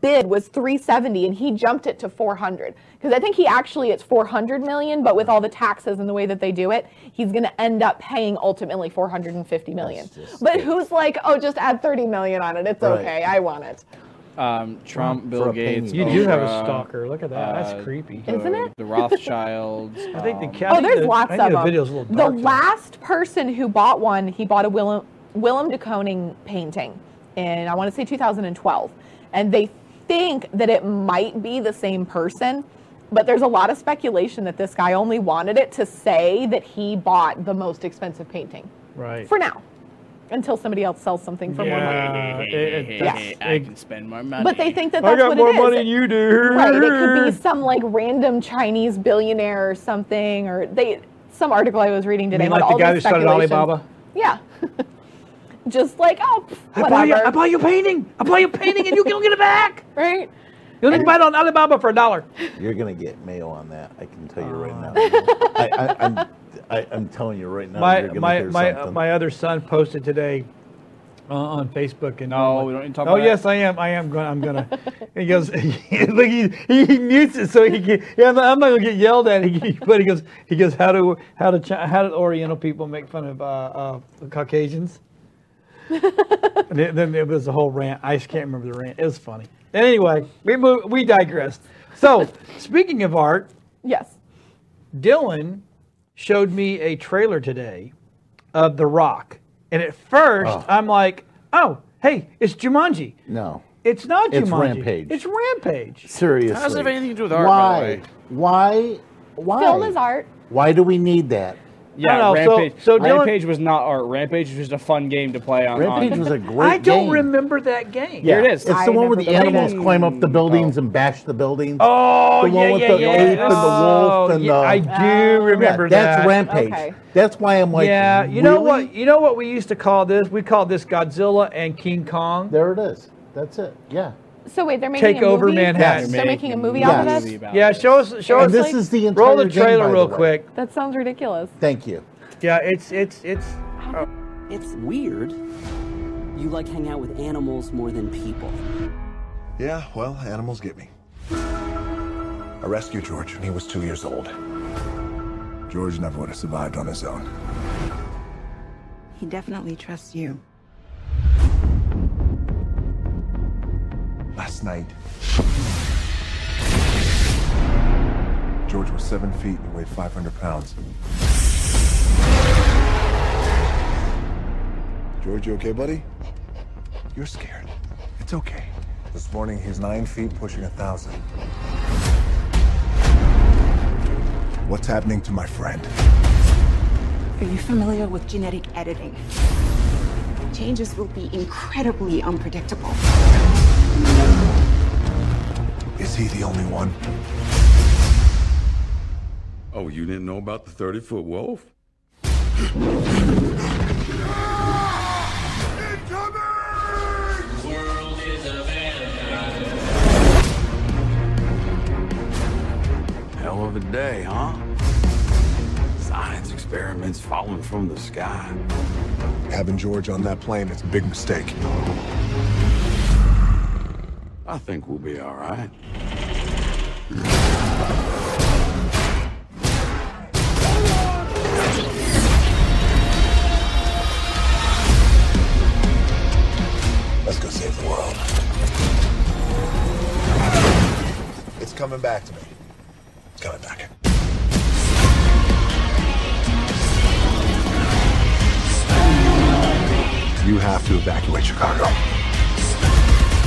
Speaker 3: bid was 370 and he jumped it to 400 because i think he actually it's 400 million but with all the taxes and the way that they do it he's going to end up paying ultimately 450 million
Speaker 4: That's just
Speaker 3: but
Speaker 4: it.
Speaker 3: who's like oh just add 30 million on it it's
Speaker 4: Right.
Speaker 3: okay i want it
Speaker 1: Um, Trump,
Speaker 4: for
Speaker 1: Bill
Speaker 4: a penny.
Speaker 1: Gates.
Speaker 2: You do have a
Speaker 1: Oprah,
Speaker 2: stalker. Look at that.
Speaker 1: uh,
Speaker 2: that's creepy.
Speaker 1: the-
Speaker 3: Isn't it?
Speaker 1: The Rothschilds.
Speaker 2: I think the
Speaker 1: um,
Speaker 2: cat.
Speaker 3: oh there's lots
Speaker 2: I
Speaker 3: of
Speaker 2: think
Speaker 3: them
Speaker 2: The video's a little
Speaker 3: the
Speaker 2: dark. though.
Speaker 3: last person who bought one he bought a willem willem de koning painting in i want to say 2012 and they think that it might be the same person but there's a lot of speculation that this guy only wanted it to say that he bought the most expensive painting
Speaker 2: Right.
Speaker 3: for now until somebody else sells something for more money
Speaker 2: Yeah, it- it- that's-
Speaker 1: I
Speaker 2: it-
Speaker 1: can spend more money.
Speaker 3: but they think that
Speaker 2: I
Speaker 3: that's
Speaker 2: got
Speaker 3: what
Speaker 2: more
Speaker 3: it is
Speaker 2: money than you do.
Speaker 3: right it could
Speaker 2: Mm-hmm.
Speaker 3: be some like random chinese billionaire or something or they some article i was reading
Speaker 2: You
Speaker 3: today
Speaker 2: mean
Speaker 3: had
Speaker 2: like
Speaker 3: all
Speaker 2: the guy who
Speaker 3: these
Speaker 2: started
Speaker 3: speculations.
Speaker 2: Alibaba?
Speaker 3: yeah just like oh pff,
Speaker 2: I buy, your,
Speaker 3: whatever
Speaker 2: I buy your painting. I buy your painting, and you don't get it back.
Speaker 3: right
Speaker 2: You only buy it on Alibaba for a dollar.
Speaker 4: You're gonna get mail on that. I can tell you right now. I, I, I'm, I, I'm telling you right now.
Speaker 2: my
Speaker 4: you're gonna
Speaker 2: my
Speaker 4: hear
Speaker 2: my, uh,
Speaker 4: something.
Speaker 2: my other son posted today uh, on Facebook and
Speaker 1: No,
Speaker 2: I'm
Speaker 1: we don't need to talk
Speaker 2: Oh
Speaker 1: about that.
Speaker 2: yes, I am. I am going. I'm gonna. he goes. Look, he, he, mutes it so he can. Yeah, I'm not, I'm not gonna get yelled at. He, but he goes. He goes. How do how do Chi- how do Oriental people make fun of uh, uh, Caucasians? And then- then it was a whole rant. I just can't remember the rant. It was funny. Anyway, we move, we digressed. So speaking of art,
Speaker 3: yes
Speaker 2: Dylan showed me a trailer today of The Rock. And at first,
Speaker 4: Oh.
Speaker 2: I'm like, oh, hey, it's Jumanji.
Speaker 4: no.
Speaker 2: It's not Jumanji.
Speaker 4: It's Rampage.
Speaker 2: It's Rampage.
Speaker 4: Seriously.
Speaker 1: How does it have anything to do with art, by the
Speaker 4: Why?
Speaker 1: way?
Speaker 4: Why? Why?
Speaker 3: film is art
Speaker 4: Why do we need that?
Speaker 1: Yeah,
Speaker 2: No, no, so-
Speaker 1: Rampage.
Speaker 2: so Dylan-
Speaker 1: Rampage was not art. Rampage was just a fun game to play on.
Speaker 4: Rampage
Speaker 1: on-
Speaker 4: was a great
Speaker 2: I don't
Speaker 4: game.
Speaker 2: remember that game.
Speaker 1: Here it is.
Speaker 4: It's
Speaker 3: I
Speaker 4: the one
Speaker 3: never
Speaker 4: where the
Speaker 3: played
Speaker 4: animals
Speaker 1: it.
Speaker 4: climb up the buildings and bash the buildings.
Speaker 2: Oh,
Speaker 4: The one
Speaker 2: yeah,
Speaker 4: with
Speaker 2: yeah,
Speaker 4: the
Speaker 2: yeah.
Speaker 4: ape and the wolf
Speaker 2: Oh,
Speaker 4: and
Speaker 2: yeah,
Speaker 4: the-
Speaker 2: I do
Speaker 4: Yeah,
Speaker 2: remember
Speaker 4: that's
Speaker 2: that.
Speaker 4: Rampage.
Speaker 3: Okay.
Speaker 4: That's why I'm like.
Speaker 2: Yeah, you know
Speaker 4: really?
Speaker 2: what? You know what we used to call this? We called this Godzilla and King Kong.
Speaker 4: There it is. That's it. Yeah.
Speaker 3: so wait they're making
Speaker 2: Take
Speaker 3: a
Speaker 2: over
Speaker 3: movie?
Speaker 2: Manhattan.
Speaker 3: they're making a movie
Speaker 4: Yes.
Speaker 3: out of
Speaker 1: Movie
Speaker 3: this
Speaker 1: about
Speaker 2: yeah,
Speaker 1: it.
Speaker 2: show us. Show
Speaker 4: And
Speaker 2: us.
Speaker 4: this is the entire
Speaker 2: roll the
Speaker 4: game,
Speaker 2: trailer
Speaker 4: by the
Speaker 2: real
Speaker 4: way.
Speaker 2: quick.
Speaker 3: that sounds ridiculous
Speaker 4: Thank you.
Speaker 2: Yeah, it's it's it's.
Speaker 6: It's weird. You like hang out with animals more than people.
Speaker 7: Yeah, well, animals get me. I rescued George when he was two years old. George never would have survived on his own.
Speaker 8: He definitely trusts you.
Speaker 7: Last night, George was seven feet and weighed 500 pounds. George, you okay, buddy? You're scared. It's okay. This morning, he's nine feet, pushing a thousand. What's happening to my friend?
Speaker 8: Are you familiar with genetic editing? Changes will be incredibly unpredictable.
Speaker 7: Is he the only one?
Speaker 9: Oh, you didn't know about the 30 foot wolf? Hell of a day, huh? Science experiments falling from the sky.
Speaker 7: Having George on that plane is a big mistake.
Speaker 9: I think we'll be all right.
Speaker 7: Let's go save the world. coming back to me. It's coming back. You have to evacuate Chicago.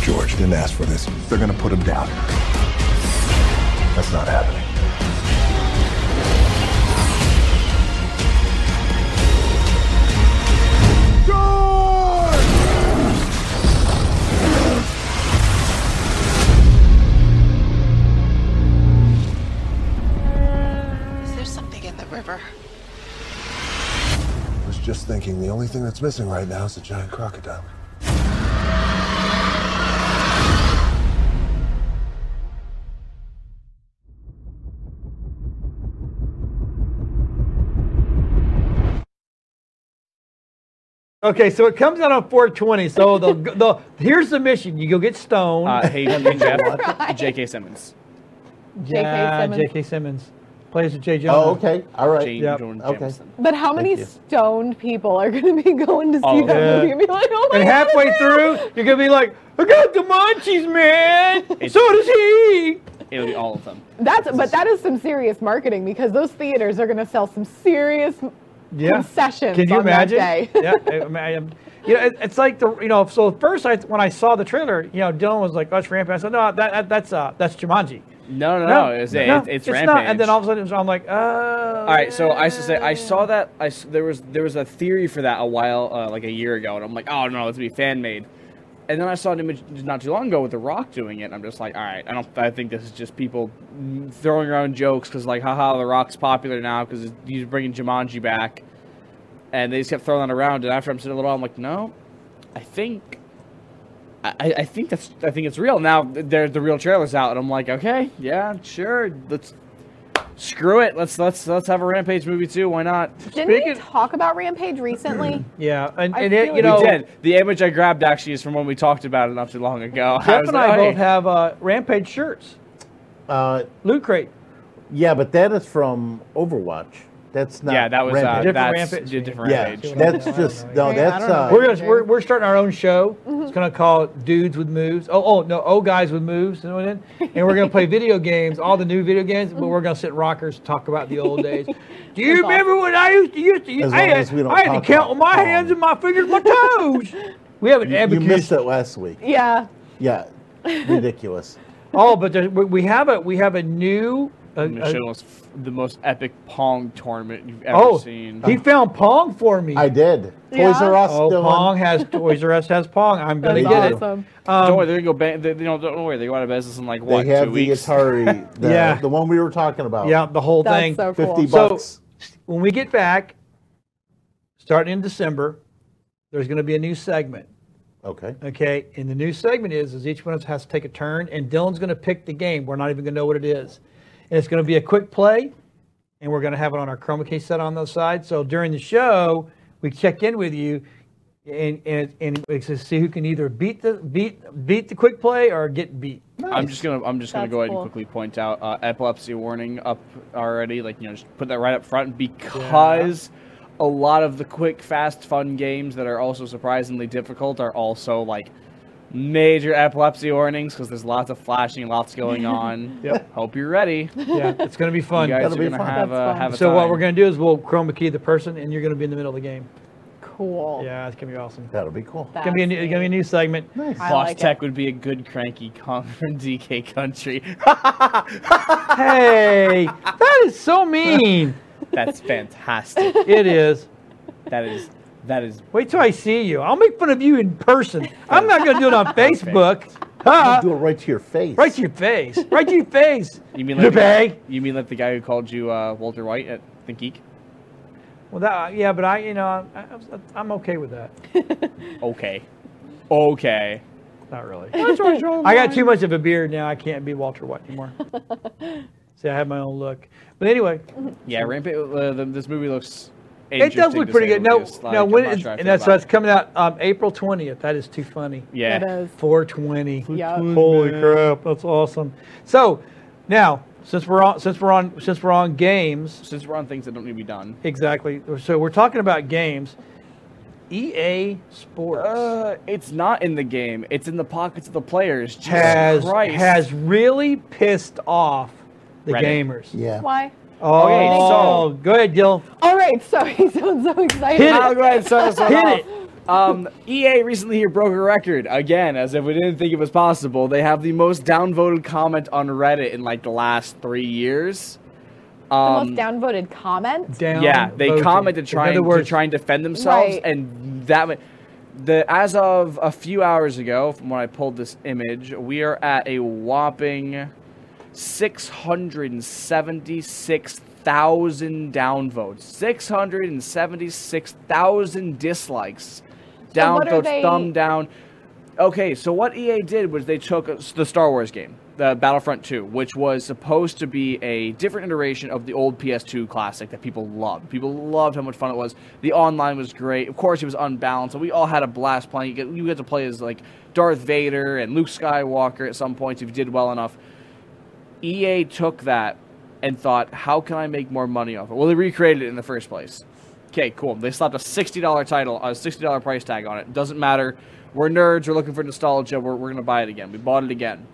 Speaker 7: George didn't ask for this. They're going to put him down. That's not happening.
Speaker 8: Is there something in the river?
Speaker 7: I was just thinking the only thing that's missing right now is a giant crocodile.
Speaker 2: Okay, so it comes out on 420. So the the here's the mission: you go get stoned.
Speaker 1: Uh, hey, hey, Jeff, J.K. Simmons.
Speaker 3: J.K. Simmons.
Speaker 2: J.K. Simmons plays with J. Jonah.
Speaker 4: Oh, okay. All right.
Speaker 1: Jane
Speaker 2: Yep.
Speaker 1: Jordan
Speaker 4: Okay.
Speaker 1: Jameson.
Speaker 3: But how many
Speaker 4: you.
Speaker 3: stoned people are going to be going to see
Speaker 1: Oh,
Speaker 3: that
Speaker 2: yeah.
Speaker 3: movie and be like, oh my
Speaker 2: And
Speaker 3: God,
Speaker 2: halfway
Speaker 3: it's real?"
Speaker 2: through, you're gonna be like, "I got the munchies, man.
Speaker 1: It's-
Speaker 2: so does he."
Speaker 1: It'll be all of them.
Speaker 3: That's but that is some serious marketing because those theaters are going to sell some serious. Concessions
Speaker 2: Can you
Speaker 3: on that
Speaker 2: imagine?
Speaker 3: day.
Speaker 2: yeah, I, I mean, I am- you know, it- it's like the you know. So at first, I, when I saw the trailer, you know, Dylan was like, "Oh, it's Rampage." I said, "No, that, that that's uh, that's Jumanji."
Speaker 1: No, no, no. it's,
Speaker 2: no,
Speaker 1: it's, it's rampage.
Speaker 2: Not. And then all of a sudden, it was- I'm like, "Oh."
Speaker 1: All right, so I should say I saw that I s- there was there was a theory for that a while uh, like a year ago, and I'm like, oh no, it's gonna be fan made. And then I saw an image not too long ago with The Rock doing it, and I'm just like, all right, I don't I think this is just people mm, throwing around jokes because like, haha, The Rock's popular now because he's bringing Jumanji back, and they just kept throwing that around. And after I'm sitting a little, I'm like, no, I think. I, I- I think that's I think it's real now. There the real trailer's out, and I'm like, okay, yeah, sure. Let's screw it. Let's let's let's have a rampage movie too. Why not?
Speaker 3: Didn't we
Speaker 2: Speaking-
Speaker 3: talk about Rampage recently?
Speaker 2: Yeah, and,
Speaker 3: I
Speaker 2: and it,
Speaker 3: feel
Speaker 2: you
Speaker 3: like-
Speaker 2: know,
Speaker 1: we did. The image I grabbed actually is from when we talked about it not too long ago. I
Speaker 2: Jeff
Speaker 1: was
Speaker 2: and
Speaker 1: like,
Speaker 2: I
Speaker 1: "Hey."
Speaker 2: both have uh, Rampage shirts,
Speaker 4: Uh,
Speaker 2: Loot Crate.
Speaker 4: yeah, but that is from Overwatch. That's not.
Speaker 1: Yeah, that was uh,
Speaker 4: Rampage.
Speaker 2: Different
Speaker 1: that's
Speaker 2: Rampage.
Speaker 1: a different
Speaker 4: yeah,
Speaker 1: rampage.
Speaker 4: that's just no.
Speaker 3: Right, I
Speaker 4: That's
Speaker 3: don't know.
Speaker 4: uh,
Speaker 2: We're, gonna, we're, we're starting our own show.
Speaker 4: Mm-hmm.
Speaker 2: It's gonna call it Dudes with Moves. Oh, oh no, oh guys with moves. You know what I mean? And we're gonna play video games, all the new video games, but we're gonna sit in rockers and talk about the old days. Do you remember when I used to used to?
Speaker 4: As
Speaker 2: I
Speaker 4: long
Speaker 2: had,
Speaker 4: as we don't
Speaker 2: I had to
Speaker 4: talk
Speaker 2: count
Speaker 4: about
Speaker 2: with my hands
Speaker 4: Pong.
Speaker 2: and my fingers, my toes. We have an
Speaker 4: you
Speaker 2: abacus.
Speaker 4: missed it last week.
Speaker 3: yeah.
Speaker 4: Yeah, ridiculous.
Speaker 2: Oh, but there, we- we have a we have a new. a- a-
Speaker 1: Michelle was f- the most epic Pong tournament you've ever
Speaker 2: oh,
Speaker 1: seen.
Speaker 2: he found Pong for me.
Speaker 4: I did.
Speaker 3: Yeah?
Speaker 4: Toys R Us.
Speaker 2: Oh,
Speaker 4: Dylan.
Speaker 2: Pong has Toys R Us has Pong. I'm gonna
Speaker 3: That's
Speaker 4: They
Speaker 2: get
Speaker 4: did.
Speaker 2: it.
Speaker 3: awesome.
Speaker 1: don't worry, they're gonna go. Ban- they, they don't, don't worry, they go out of business in like
Speaker 4: They
Speaker 1: what two
Speaker 4: have the
Speaker 1: weeks.
Speaker 4: Atari. The,
Speaker 2: Yeah.
Speaker 4: the one we were talking about.
Speaker 2: Yeah, the whole
Speaker 3: That's
Speaker 2: thing.
Speaker 3: so cool.
Speaker 4: Fifty
Speaker 2: So-
Speaker 4: bucks.
Speaker 2: when we get back, starting in December, there's going to be a new segment.
Speaker 4: Okay.
Speaker 2: Okay, and the new segment is is each one of us has to take a turn, and Dylan's going to pick the game. We're not even going to know what it is, and it's going to be a quick play, and we're going to have it on our chroma key set on those sides. So during the show, we check in with you, and and and it's to see who can either beat the beat beat the quick play or get beat.
Speaker 1: I'm just gonna I'm just gonna
Speaker 3: That's
Speaker 1: go ahead
Speaker 3: cool.
Speaker 1: and quickly point out uh, epilepsy warning up already. Like you know, just put that right up front because a lot of the quick, fast, fun games that are also surprisingly difficult are also like major epilepsy warnings because there's lots of flashing, lots going on.
Speaker 2: Yep.
Speaker 1: Hope you're ready. You
Speaker 2: Yeah, it's going to be fun.
Speaker 1: guys are
Speaker 4: be
Speaker 1: gonna
Speaker 4: fun.
Speaker 1: have
Speaker 3: That's
Speaker 1: a
Speaker 3: fun.
Speaker 1: have a
Speaker 2: so what
Speaker 1: time.
Speaker 2: we're going to do is we'll chroma key the person, and you're going to be in the middle of the game.
Speaker 1: Oh.
Speaker 3: Cool.
Speaker 2: Yeah, it's going to be awesome.
Speaker 4: That'll be cool.
Speaker 2: It's gonna be a new, it's gonna be a new segment.
Speaker 3: I
Speaker 1: Boss
Speaker 3: like it.
Speaker 1: Tech would be a good cranky con from DK Country.
Speaker 2: Hey, that is so mean.
Speaker 1: That's fantastic.
Speaker 2: It is.
Speaker 1: that is that is
Speaker 2: Wait till I see you. I'll make fun of you in person. I'm not gonna do it on Facebook.
Speaker 4: I'll
Speaker 2: Huh?
Speaker 4: do it right to your face.
Speaker 2: Right to your face. Right to your face.
Speaker 1: you mean
Speaker 2: the
Speaker 1: like
Speaker 2: bag?
Speaker 1: you mean like the guy who called you uh, Walter White at the Geek?
Speaker 2: Well, that, uh, yeah, but I, you know, I, I'm- I'm okay with that.
Speaker 1: Okay. Okay.
Speaker 2: Not really. I got too much of a beard now. I can't be Walter White anymore. See, I have my own look. But anyway,
Speaker 1: Yeah, Rampage. Uh, the, this movie looks.
Speaker 2: it does
Speaker 1: interesting
Speaker 2: look
Speaker 1: to
Speaker 2: pretty
Speaker 1: say
Speaker 2: good.
Speaker 1: the
Speaker 2: No,
Speaker 1: least. Like,
Speaker 2: no,
Speaker 1: I'm
Speaker 2: when
Speaker 1: not
Speaker 2: it,
Speaker 1: sure I
Speaker 2: and
Speaker 1: feel
Speaker 2: that's
Speaker 1: about
Speaker 2: so it's coming out um, April 20th. That is too funny.
Speaker 1: it. Yeah.
Speaker 3: It is.
Speaker 2: 420.
Speaker 3: Yep.
Speaker 2: Holy crap, that's awesome. So, now since we're on since we're on since we're on games,
Speaker 1: Since we're on things that don't need to be done,
Speaker 2: exactly. So we're talking about games. EA Sports
Speaker 1: Uh, it's not in the game. It's in the pockets of the players. Jesus
Speaker 2: has
Speaker 1: Christ.
Speaker 2: has really pissed off the
Speaker 1: Reddit.
Speaker 2: gamers.
Speaker 4: Yeah.
Speaker 3: Why?
Speaker 2: Oh,
Speaker 1: Okay, so-
Speaker 2: go ahead, Gil.
Speaker 3: All right, so he sounds so excited.
Speaker 2: Hit it.
Speaker 1: I'll go ahead and start this one
Speaker 2: Hit
Speaker 1: off.
Speaker 2: it.
Speaker 1: Um, EA recently broke a record again, as if we didn't think it was possible. They have the most downvoted comment on Reddit in like the last three years.
Speaker 3: The
Speaker 1: Um,
Speaker 3: most downvoted comment.
Speaker 2: Down.
Speaker 1: yeah, they
Speaker 2: voted.
Speaker 1: commented
Speaker 2: In
Speaker 1: trying
Speaker 2: other
Speaker 1: to
Speaker 2: words,
Speaker 1: try and defend themselves,
Speaker 3: Right.
Speaker 1: and that wa- the as of a few hours ago, from when I pulled this image, we are at a whopping six hundred and seventy-six thousand downvotes, six hundred and seventy-six thousand dislikes,
Speaker 3: So what are
Speaker 1: downvotes,
Speaker 3: they-
Speaker 1: thumb down. Okay, so what EA did was they took a- the Star Wars game, the Battlefront 2, which was supposed to be a different iteration of the old PS2 classic that people loved. People loved how much fun it was. The online was great. Of course, it was unbalanced, and we all had a blast playing. You get, you get to play as like Darth Vader and Luke Skywalker at some points if you did well enough. EA E took that and thought, how can I make more money off it? Well, they recreated it in the first place. Okay, cool. They slapped a $60 title, a $60 price tag on it. Doesn't matter. We're nerds. We're looking for nostalgia. We're, we're going to buy it again. We bought it again.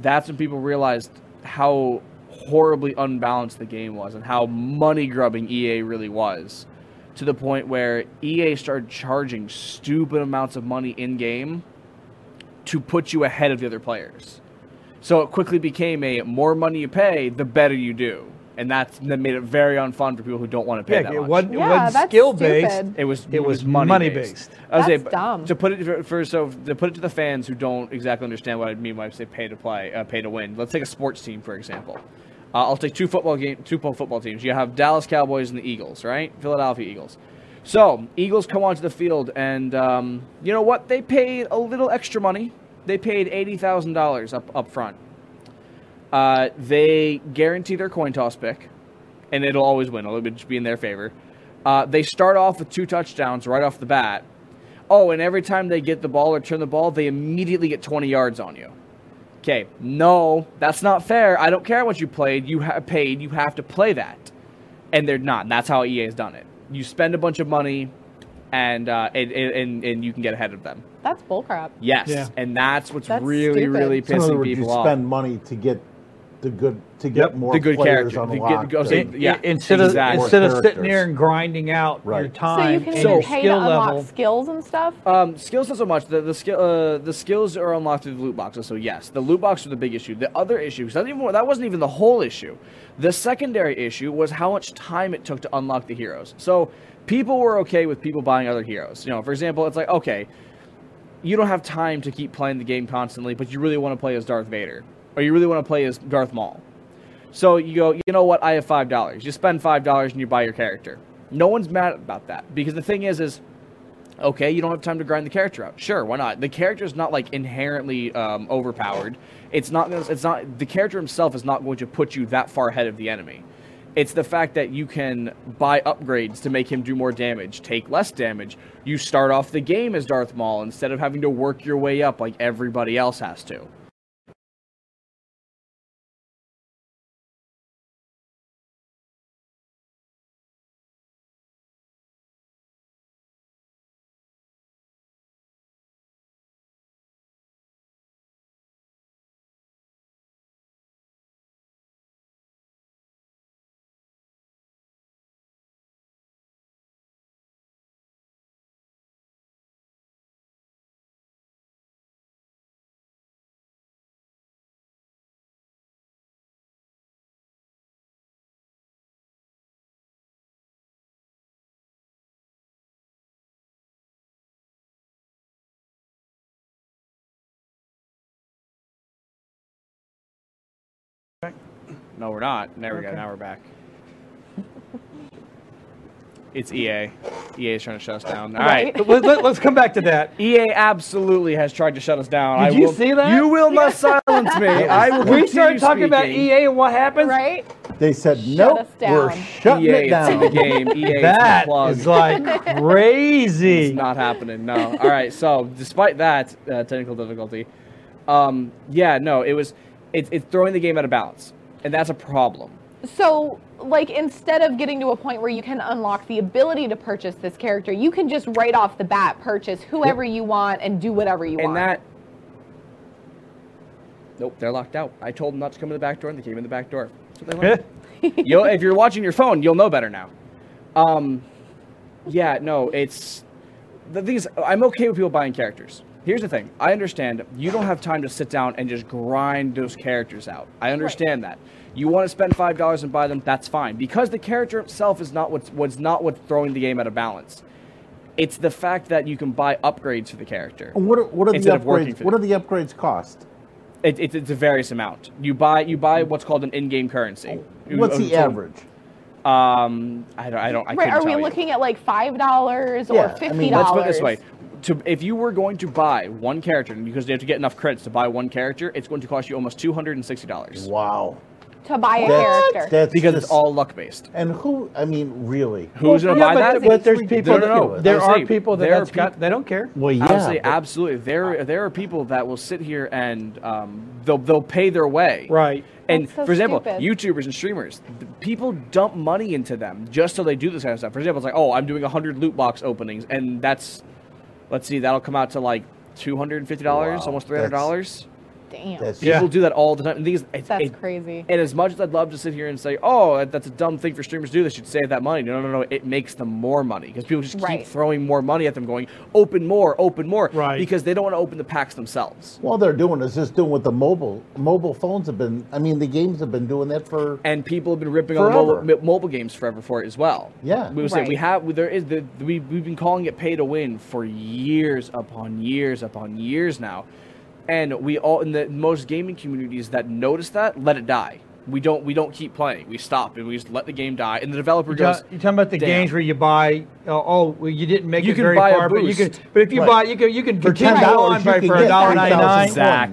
Speaker 1: That's when people realized how horribly unbalanced the game was and how money grubbing EA really was to the point where EA started charging stupid amounts of money in game to put you ahead of the other players. So it quickly became a more money you pay, the better you do, and that's that made it very unfun for people who don't want to pay
Speaker 2: yeah,
Speaker 1: that
Speaker 2: it
Speaker 1: much.
Speaker 2: wasn't,
Speaker 3: Yeah, that's
Speaker 2: skill based.
Speaker 3: stupid.
Speaker 1: it was
Speaker 2: it was
Speaker 1: money,
Speaker 2: money-based.
Speaker 1: I was
Speaker 3: That's
Speaker 1: saying, but
Speaker 3: dumb.
Speaker 1: To put it for, for so to put it to the fans who don't exactly understand what I mean when I say pay to play, uh, pay to win. Let's take a sports team for example. Uh, I'll take two football game, two po- football teams. You have Dallas Cowboys and the Eagles, right? Philadelphia Eagles. So Eagles come onto the field, and um, you know what? They paid a little extra money. They paid eighty thousand dollars up up front. Uh, they guarantee their coin toss pick, and it'll always win. It'll just be in their favor. Uh, they start off with two touchdowns right off the bat. Oh, and every time they get the ball or turn the ball, they immediately get 20 yards on you. Okay, no, that's not fair. I don't care what you played. You ha- paid. You have to play that, and they're not. And that's how EA has done it. You spend a bunch of money, and uh, and, and and- and you can get ahead of them.
Speaker 3: That's bullcrap.
Speaker 1: Yes,
Speaker 2: Yeah.
Speaker 1: and that's what's
Speaker 3: That's
Speaker 1: really,
Speaker 3: stupid.
Speaker 1: really
Speaker 4: In other
Speaker 1: pissing
Speaker 4: words,
Speaker 1: people
Speaker 4: you
Speaker 1: off.
Speaker 4: spend money to get the good to get
Speaker 2: Yep,
Speaker 4: more
Speaker 1: the good
Speaker 4: players
Speaker 1: character,
Speaker 4: on
Speaker 1: the
Speaker 4: the
Speaker 1: good- go-
Speaker 4: roster.
Speaker 1: it- Yeah,
Speaker 2: instead
Speaker 1: exactly.
Speaker 2: of instead of sitting
Speaker 4: Characters.
Speaker 2: there and grinding out your
Speaker 4: Right.
Speaker 3: So you
Speaker 2: time
Speaker 3: can
Speaker 2: and
Speaker 3: even
Speaker 2: your
Speaker 3: pay to
Speaker 2: skill
Speaker 3: unlock
Speaker 2: level,
Speaker 3: skills and stuff.
Speaker 1: Um, skills not so much. The the skill uh, the skills are unlocked through the loot boxes. So yes, the loot boxes are the big issue. The other issue, 'cause that even that wasn't even the whole issue. The secondary issue was how much time it took to unlock the heroes. So people were okay with people buying other heroes. You know, for example, it's like okay, you don't have time to keep playing the game constantly, but you really want to play as Darth Vader, or you really want to play as Darth Maul. So you go, you know what? I have five dollars. You spend five dollars and you buy your character. No one's mad about that because the thing is, is okay, you don't have time to grind the character out. Sure, why not? The character is not like inherently um, overpowered. It's not. gonna- It's not. The character himself is not going to put you that far ahead of the enemy. It's the fact that you can buy upgrades to make him do more damage, take less damage. You start off the game as Darth Maul instead of having to work your way up like everybody else has to. No, we're not. There we go. Now we're back. It's E EA. EA is trying to shut us down. All right.
Speaker 3: Right?
Speaker 2: let, let, let's come back to that.
Speaker 1: EA absolutely has tried to shut us down. I
Speaker 2: Did you
Speaker 1: will,
Speaker 2: see that?
Speaker 1: You will not silence me. I will.
Speaker 2: We
Speaker 1: continue
Speaker 2: started talking about
Speaker 1: speaking.
Speaker 2: EA and what happens.
Speaker 3: Right?
Speaker 4: They said
Speaker 3: us
Speaker 4: nope, we're
Speaker 3: down."
Speaker 4: shutting
Speaker 1: EA
Speaker 4: it
Speaker 1: E is in the
Speaker 4: down.
Speaker 1: game. EA
Speaker 2: That
Speaker 1: plug.
Speaker 2: is like crazy.
Speaker 1: It's not happening. No. All right. So despite that uh, technical difficulty, um, yeah, no, it was it's it's throwing the game out of balance, and that's a problem.
Speaker 3: so like instead of getting to a point where you can unlock the ability to purchase this character, you can just right off the bat purchase whoever you want and do whatever you
Speaker 1: And
Speaker 3: want.
Speaker 1: that. Nope, they're locked out. I told them not to come in the back door, and they came in the back door. That's what they learned. you'll, if you're watching your phone, you'll know better now. Um, yeah, no, it's the thing is, I'm okay with people buying characters. Here's the thing: I understand you don't have time to sit down and just grind those characters out. I understand that. You want to spend five dollars and buy them, that's fine, because the character itself is not what's what's not what's throwing the game out of balance. It's the fact that you can buy upgrades for the character.
Speaker 4: And what are, what are the
Speaker 1: Instead of working
Speaker 4: upgrades?
Speaker 1: for
Speaker 4: What are
Speaker 1: them.
Speaker 4: the upgrades cost?
Speaker 1: It, it, it's a various amount. You buy you buy what's called an in-game currency. You-
Speaker 4: Mm. What's the
Speaker 1: so-
Speaker 4: average?
Speaker 1: Um, I don't. I don't. I
Speaker 3: Right,
Speaker 1: couldn't
Speaker 3: are we
Speaker 1: tell you.
Speaker 3: looking at like five dollars or
Speaker 4: Yeah,
Speaker 3: fifty
Speaker 4: I
Speaker 3: dollars?
Speaker 4: mean,
Speaker 1: Let's put it this way: to, if you were going to buy one character, and because you have to get enough credits to buy one character, it's going to cost you almost two hundred and sixty dollars
Speaker 4: Wow.
Speaker 3: to buy a
Speaker 4: That's,
Speaker 3: character.
Speaker 4: that's
Speaker 1: because
Speaker 4: just,
Speaker 1: it's all luck based.
Speaker 4: And who? I mean, really?
Speaker 1: Who's
Speaker 2: Yeah,
Speaker 1: going to buy
Speaker 2: but,
Speaker 1: that?
Speaker 2: th- but there's
Speaker 4: It's
Speaker 2: people.
Speaker 1: No, no, no.
Speaker 2: That, there
Speaker 1: Honestly,
Speaker 2: are people that
Speaker 1: there are
Speaker 2: that's got-
Speaker 1: peop-
Speaker 2: they don't care.
Speaker 4: Well, yeah.
Speaker 1: Honestly,
Speaker 4: but-
Speaker 1: absolutely. There, there are people that will sit here and um, they'll they'll pay their way.
Speaker 2: Right.
Speaker 1: And
Speaker 3: That's so
Speaker 1: for example,
Speaker 3: stupid.
Speaker 1: YouTubers and streamers, th- people dump money into them just so they do this kind of stuff. For example, it's like, oh, I'm doing 100 loot box openings, and that's, let's see, that'll come out to like $250,
Speaker 4: Wow,
Speaker 1: almost
Speaker 4: that's-
Speaker 1: $300.
Speaker 3: Damn.
Speaker 4: that's
Speaker 2: Yeah.
Speaker 1: People do that all the time. And these, it's,
Speaker 3: That's
Speaker 1: it-
Speaker 3: crazy.
Speaker 1: And as much as I'd love to sit here and say, "Oh, that- that's a dumb thing for streamers to do. They should save that money." No, no, no, no. It makes them more money because people just
Speaker 3: Right.
Speaker 1: keep throwing more money at them, going, "Open more, open more,"
Speaker 2: Right.
Speaker 1: Because they don't want to open the packs themselves.
Speaker 4: All they're doing is just doing what the mobile mobile phones have been. I mean, the games have been doing that for.
Speaker 1: And people have been ripping on mobile,
Speaker 4: Forever.
Speaker 1: mi- mobile games forever for it as well.
Speaker 4: Yeah.
Speaker 1: we would say we
Speaker 3: Right.
Speaker 1: have there is the we we've been calling it pay to win for years upon years upon years now, and we all in the most gaming communities that notice that let it die. We don't we don't keep playing. We stop and we just let the game die. And the developer
Speaker 2: You're
Speaker 1: goes,
Speaker 2: talking about the
Speaker 1: "Damn."
Speaker 2: games where you buy. Oh, oh well, you didn't make
Speaker 1: You
Speaker 2: it
Speaker 1: can
Speaker 2: very
Speaker 1: buy a
Speaker 2: far, but you can.
Speaker 1: boost.
Speaker 2: But if you
Speaker 4: Right.
Speaker 2: buy, you can you can
Speaker 4: For
Speaker 2: continue
Speaker 4: ten dollars,
Speaker 2: on
Speaker 4: you
Speaker 2: by
Speaker 4: can
Speaker 2: for
Speaker 4: get
Speaker 2: a dollar ninety
Speaker 4: 3,000
Speaker 2: nine.
Speaker 4: coins.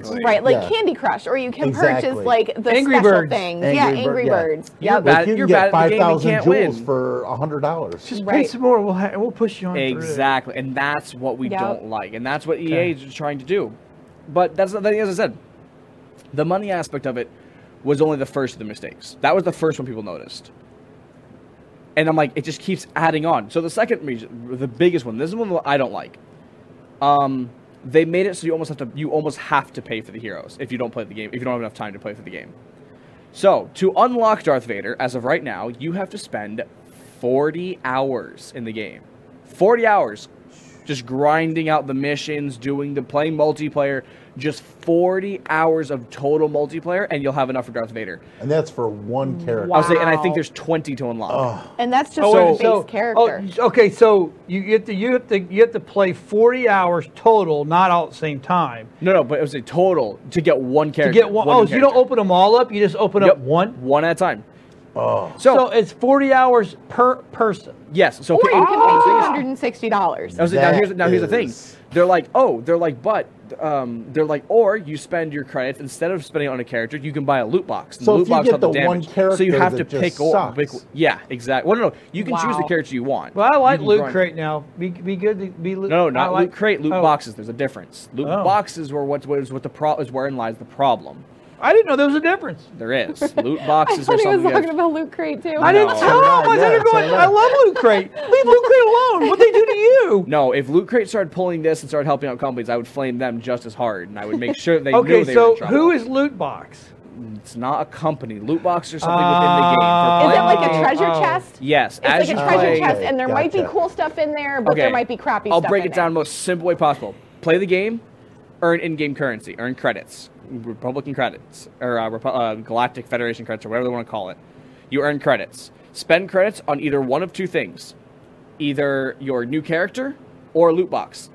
Speaker 1: Exactly.
Speaker 3: Right, like
Speaker 4: Yeah.
Speaker 3: Candy Crush, or you can
Speaker 4: Exactly.
Speaker 3: purchase like the
Speaker 1: Angry
Speaker 3: special
Speaker 2: Birds.
Speaker 3: things.
Speaker 4: Angry
Speaker 3: yeah,
Speaker 4: Bird-
Speaker 3: Angry
Speaker 4: yeah.
Speaker 3: Birds.
Speaker 1: Yeah,
Speaker 3: Yep.
Speaker 1: but-
Speaker 4: Like
Speaker 1: bad-
Speaker 4: you
Speaker 1: you're
Speaker 4: can get
Speaker 1: bad at the
Speaker 4: five
Speaker 1: game, you
Speaker 4: thousand
Speaker 1: can't
Speaker 4: jewels
Speaker 1: win.
Speaker 4: for a hundred dollars.
Speaker 2: Just pay
Speaker 3: Right.
Speaker 2: some more. We'll ha- we'll push you on. through.
Speaker 1: Exactly, and that's what we
Speaker 3: Yep.
Speaker 1: don't like, and that's what
Speaker 2: Okay.
Speaker 1: EA is trying to do. But that's the thing, as I said, the money aspect of it was only the first of the mistakes. That was the first one people noticed, and I'm like, it just keeps adding on. So the second reason, the biggest one, this is one that I don't like. Um, they made it so you almost have to, you almost have to pay for the heroes if you don't play the game, if you don't have enough time to play for the game. So to unlock Darth Vader, as of right now, you have to spend 40 hours in the game. 40 hours just grinding out the missions, doing the playing multiplayer, just 40 hours of total multiplayer, and you'll have enough for Darth Vader.
Speaker 4: And that's for one character.
Speaker 1: I was saying, and I think
Speaker 3: Wow.
Speaker 1: there's 20 to unlock.
Speaker 3: and that's just
Speaker 2: Oh,
Speaker 3: the
Speaker 2: and
Speaker 3: base character.
Speaker 2: oh, okay, so you you have to you have to you have to play forty hours total, not all at the same time.
Speaker 1: No, no, but it was a total to get one
Speaker 2: To
Speaker 1: character.
Speaker 2: get one,
Speaker 1: new
Speaker 2: oh, so you don't
Speaker 1: character.
Speaker 2: open them all up. You just open
Speaker 1: Yep,
Speaker 2: up one.
Speaker 1: one at a time. Oh. So,
Speaker 2: So, it's forty hours per person.
Speaker 1: yes,
Speaker 2: Oh,
Speaker 1: so
Speaker 3: or
Speaker 1: pe-
Speaker 3: you can pay two hundred and sixty dollars.
Speaker 1: I was like, now here's now here's the thing.
Speaker 4: is-
Speaker 1: They're like, oh, they're like, but um, they're like, or you spend your credits instead of spending it on a character, you can buy a loot box. And
Speaker 4: So
Speaker 1: the loot
Speaker 4: if you
Speaker 1: box
Speaker 4: get
Speaker 1: does
Speaker 4: the
Speaker 1: damage.
Speaker 4: one
Speaker 1: so you
Speaker 4: character
Speaker 1: have
Speaker 4: that
Speaker 1: to
Speaker 4: just
Speaker 1: pick or pick,
Speaker 4: sucks.
Speaker 1: yeah, exactly. Well, no, no, you can choose the
Speaker 3: Wow.
Speaker 1: character you want.
Speaker 2: Well, I like
Speaker 1: You can
Speaker 2: loot
Speaker 1: grind.
Speaker 2: crate now. Be be good. To be loot.
Speaker 1: No,
Speaker 2: I
Speaker 1: no, not
Speaker 2: like-
Speaker 1: loot crate, loot
Speaker 2: oh.
Speaker 1: boxes. There's a difference. Loot
Speaker 2: Oh.
Speaker 1: boxes were what was what the pro is wherein lies the problem.
Speaker 2: I didn't know there was a difference.
Speaker 1: There is loot
Speaker 3: I
Speaker 1: boxes
Speaker 3: thought
Speaker 1: are
Speaker 3: he was
Speaker 1: something.
Speaker 3: talking
Speaker 1: that-
Speaker 3: about Loot Crate too.
Speaker 2: I didn't
Speaker 1: No.
Speaker 2: tell them. I
Speaker 4: Yeah,
Speaker 2: thought
Speaker 4: so
Speaker 2: everyone.
Speaker 4: yeah.
Speaker 2: I love loot crate. Leave loot crate alone. What they do to you?
Speaker 1: No, if Loot Crate started pulling this and started helping out companies, I would flame them just as hard, and I would make sure that they
Speaker 2: Okay,
Speaker 1: knew they were
Speaker 2: so
Speaker 1: in trouble.
Speaker 2: who is loot box?
Speaker 1: It's not a company. Loot box or something within the game.
Speaker 2: Ah.
Speaker 1: For
Speaker 3: Is it
Speaker 1: playing
Speaker 3: like
Speaker 1: the
Speaker 3: a
Speaker 1: game-
Speaker 3: treasure
Speaker 2: Oh.
Speaker 3: chest?
Speaker 1: Yes.
Speaker 3: It's
Speaker 1: as
Speaker 3: like
Speaker 1: you
Speaker 3: a treasure
Speaker 1: play,
Speaker 3: chest, and there might be
Speaker 4: Gotcha.
Speaker 3: cool stuff in there, but there
Speaker 1: Okay.
Speaker 3: might be crappy
Speaker 1: I'll
Speaker 3: stuff.
Speaker 1: break
Speaker 3: in
Speaker 1: it down
Speaker 3: there.
Speaker 1: most simple way possible. Play the game, earn in-game currency, earn credits, Republican credits, or uh, Repu- uh, Galactic Federation credits, or whatever they want to call it. You earn credits. Spend credits on either one of two things: either your new character or a loot box.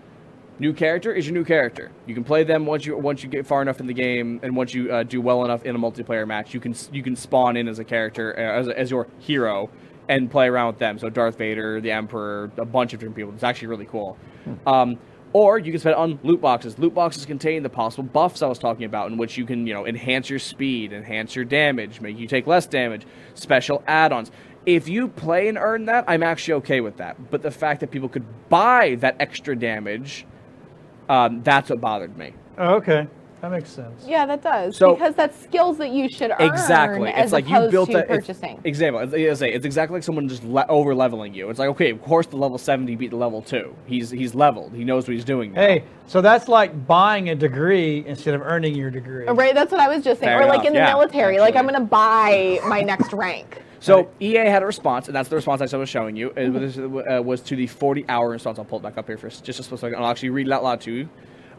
Speaker 1: New character is your new character. You can play them once you once you get far enough in the game, and once you uh, do well enough in a multiplayer match, you can s- you can spawn in as a character uh, as, as your hero and play around with them. So Darth Vader, the Emperor, a bunch of different people. It's actually really cool. Um, or you can spend it on loot boxes. Loot boxes contain the possible buffs I was talking about, in which you can you know enhance your speed, enhance your damage, make you take less damage, special add-ons. If you play and earn that, I'm actually okay with that. But the fact that people could buy that extra damage um, that's what bothered me.
Speaker 2: Oh, okay. That makes sense.
Speaker 3: Yeah, that does.
Speaker 1: So-
Speaker 3: because that's skills that you should earn
Speaker 1: Exactly.
Speaker 3: as
Speaker 1: It's like you
Speaker 3: opposed
Speaker 1: built
Speaker 3: to
Speaker 1: that.
Speaker 3: purchasing.
Speaker 1: Exactly. It's, it's, it's exactly like someone just le- over leveling you. It's like okay, of course the level seventy beat the level two. He's he's leveled. He knows what he's doing. now.
Speaker 2: Hey, so that's like buying a degree instead of earning your degree.
Speaker 3: right, that's what I was just saying.
Speaker 1: Fair
Speaker 3: or like
Speaker 1: enough,
Speaker 3: in the
Speaker 1: yeah,
Speaker 3: military, like I'm
Speaker 1: actually.
Speaker 3: going to buy my next rank.
Speaker 1: So EA had a response, and that's the response I was showing you. It was, uh, was to the 40-hour response. I'll pull it back up here for s- just a split second. I'll actually read it out loud to you.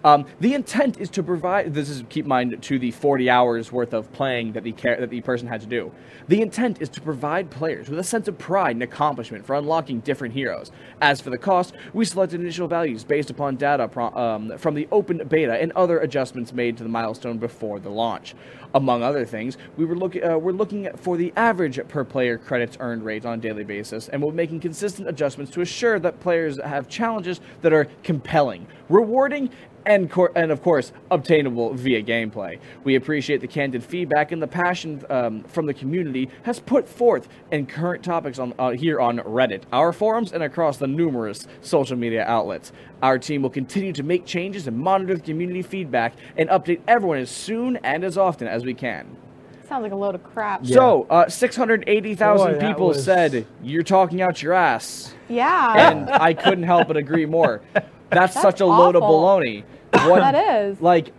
Speaker 1: Um, the intent is to provide. This is keep in mind to the 40 hours worth of playing that the care, that the person had to do. The intent is to provide players with a sense of pride and accomplishment for unlocking different heroes. As for the cost, we selected initial values based upon data pro- um, from the open beta and other adjustments made to the milestone before the launch. Among other things, we were looking uh, we're looking for the average per player credits earned rate on a daily basis, and we're making consistent adjustments to assure that players have challenges that are compelling, rewarding. And, cor- and of course, obtainable via gameplay. We appreciate the candid feedback and the passion um, from the community has put forth in current topics on uh, here on Reddit, our forums, and across the numerous social media outlets. Our team will continue to make changes and monitor the community feedback and update everyone as soon and as often as we can.
Speaker 3: Sounds like a load of crap.
Speaker 1: So, uh, 680,000
Speaker 2: Boy, that
Speaker 1: people
Speaker 2: was-
Speaker 1: said, You're talking out your ass.
Speaker 3: Yeah.
Speaker 1: And I couldn't help but agree more. That's, such a load of
Speaker 3: awful.
Speaker 1: baloney. What,
Speaker 3: That is.
Speaker 1: Like,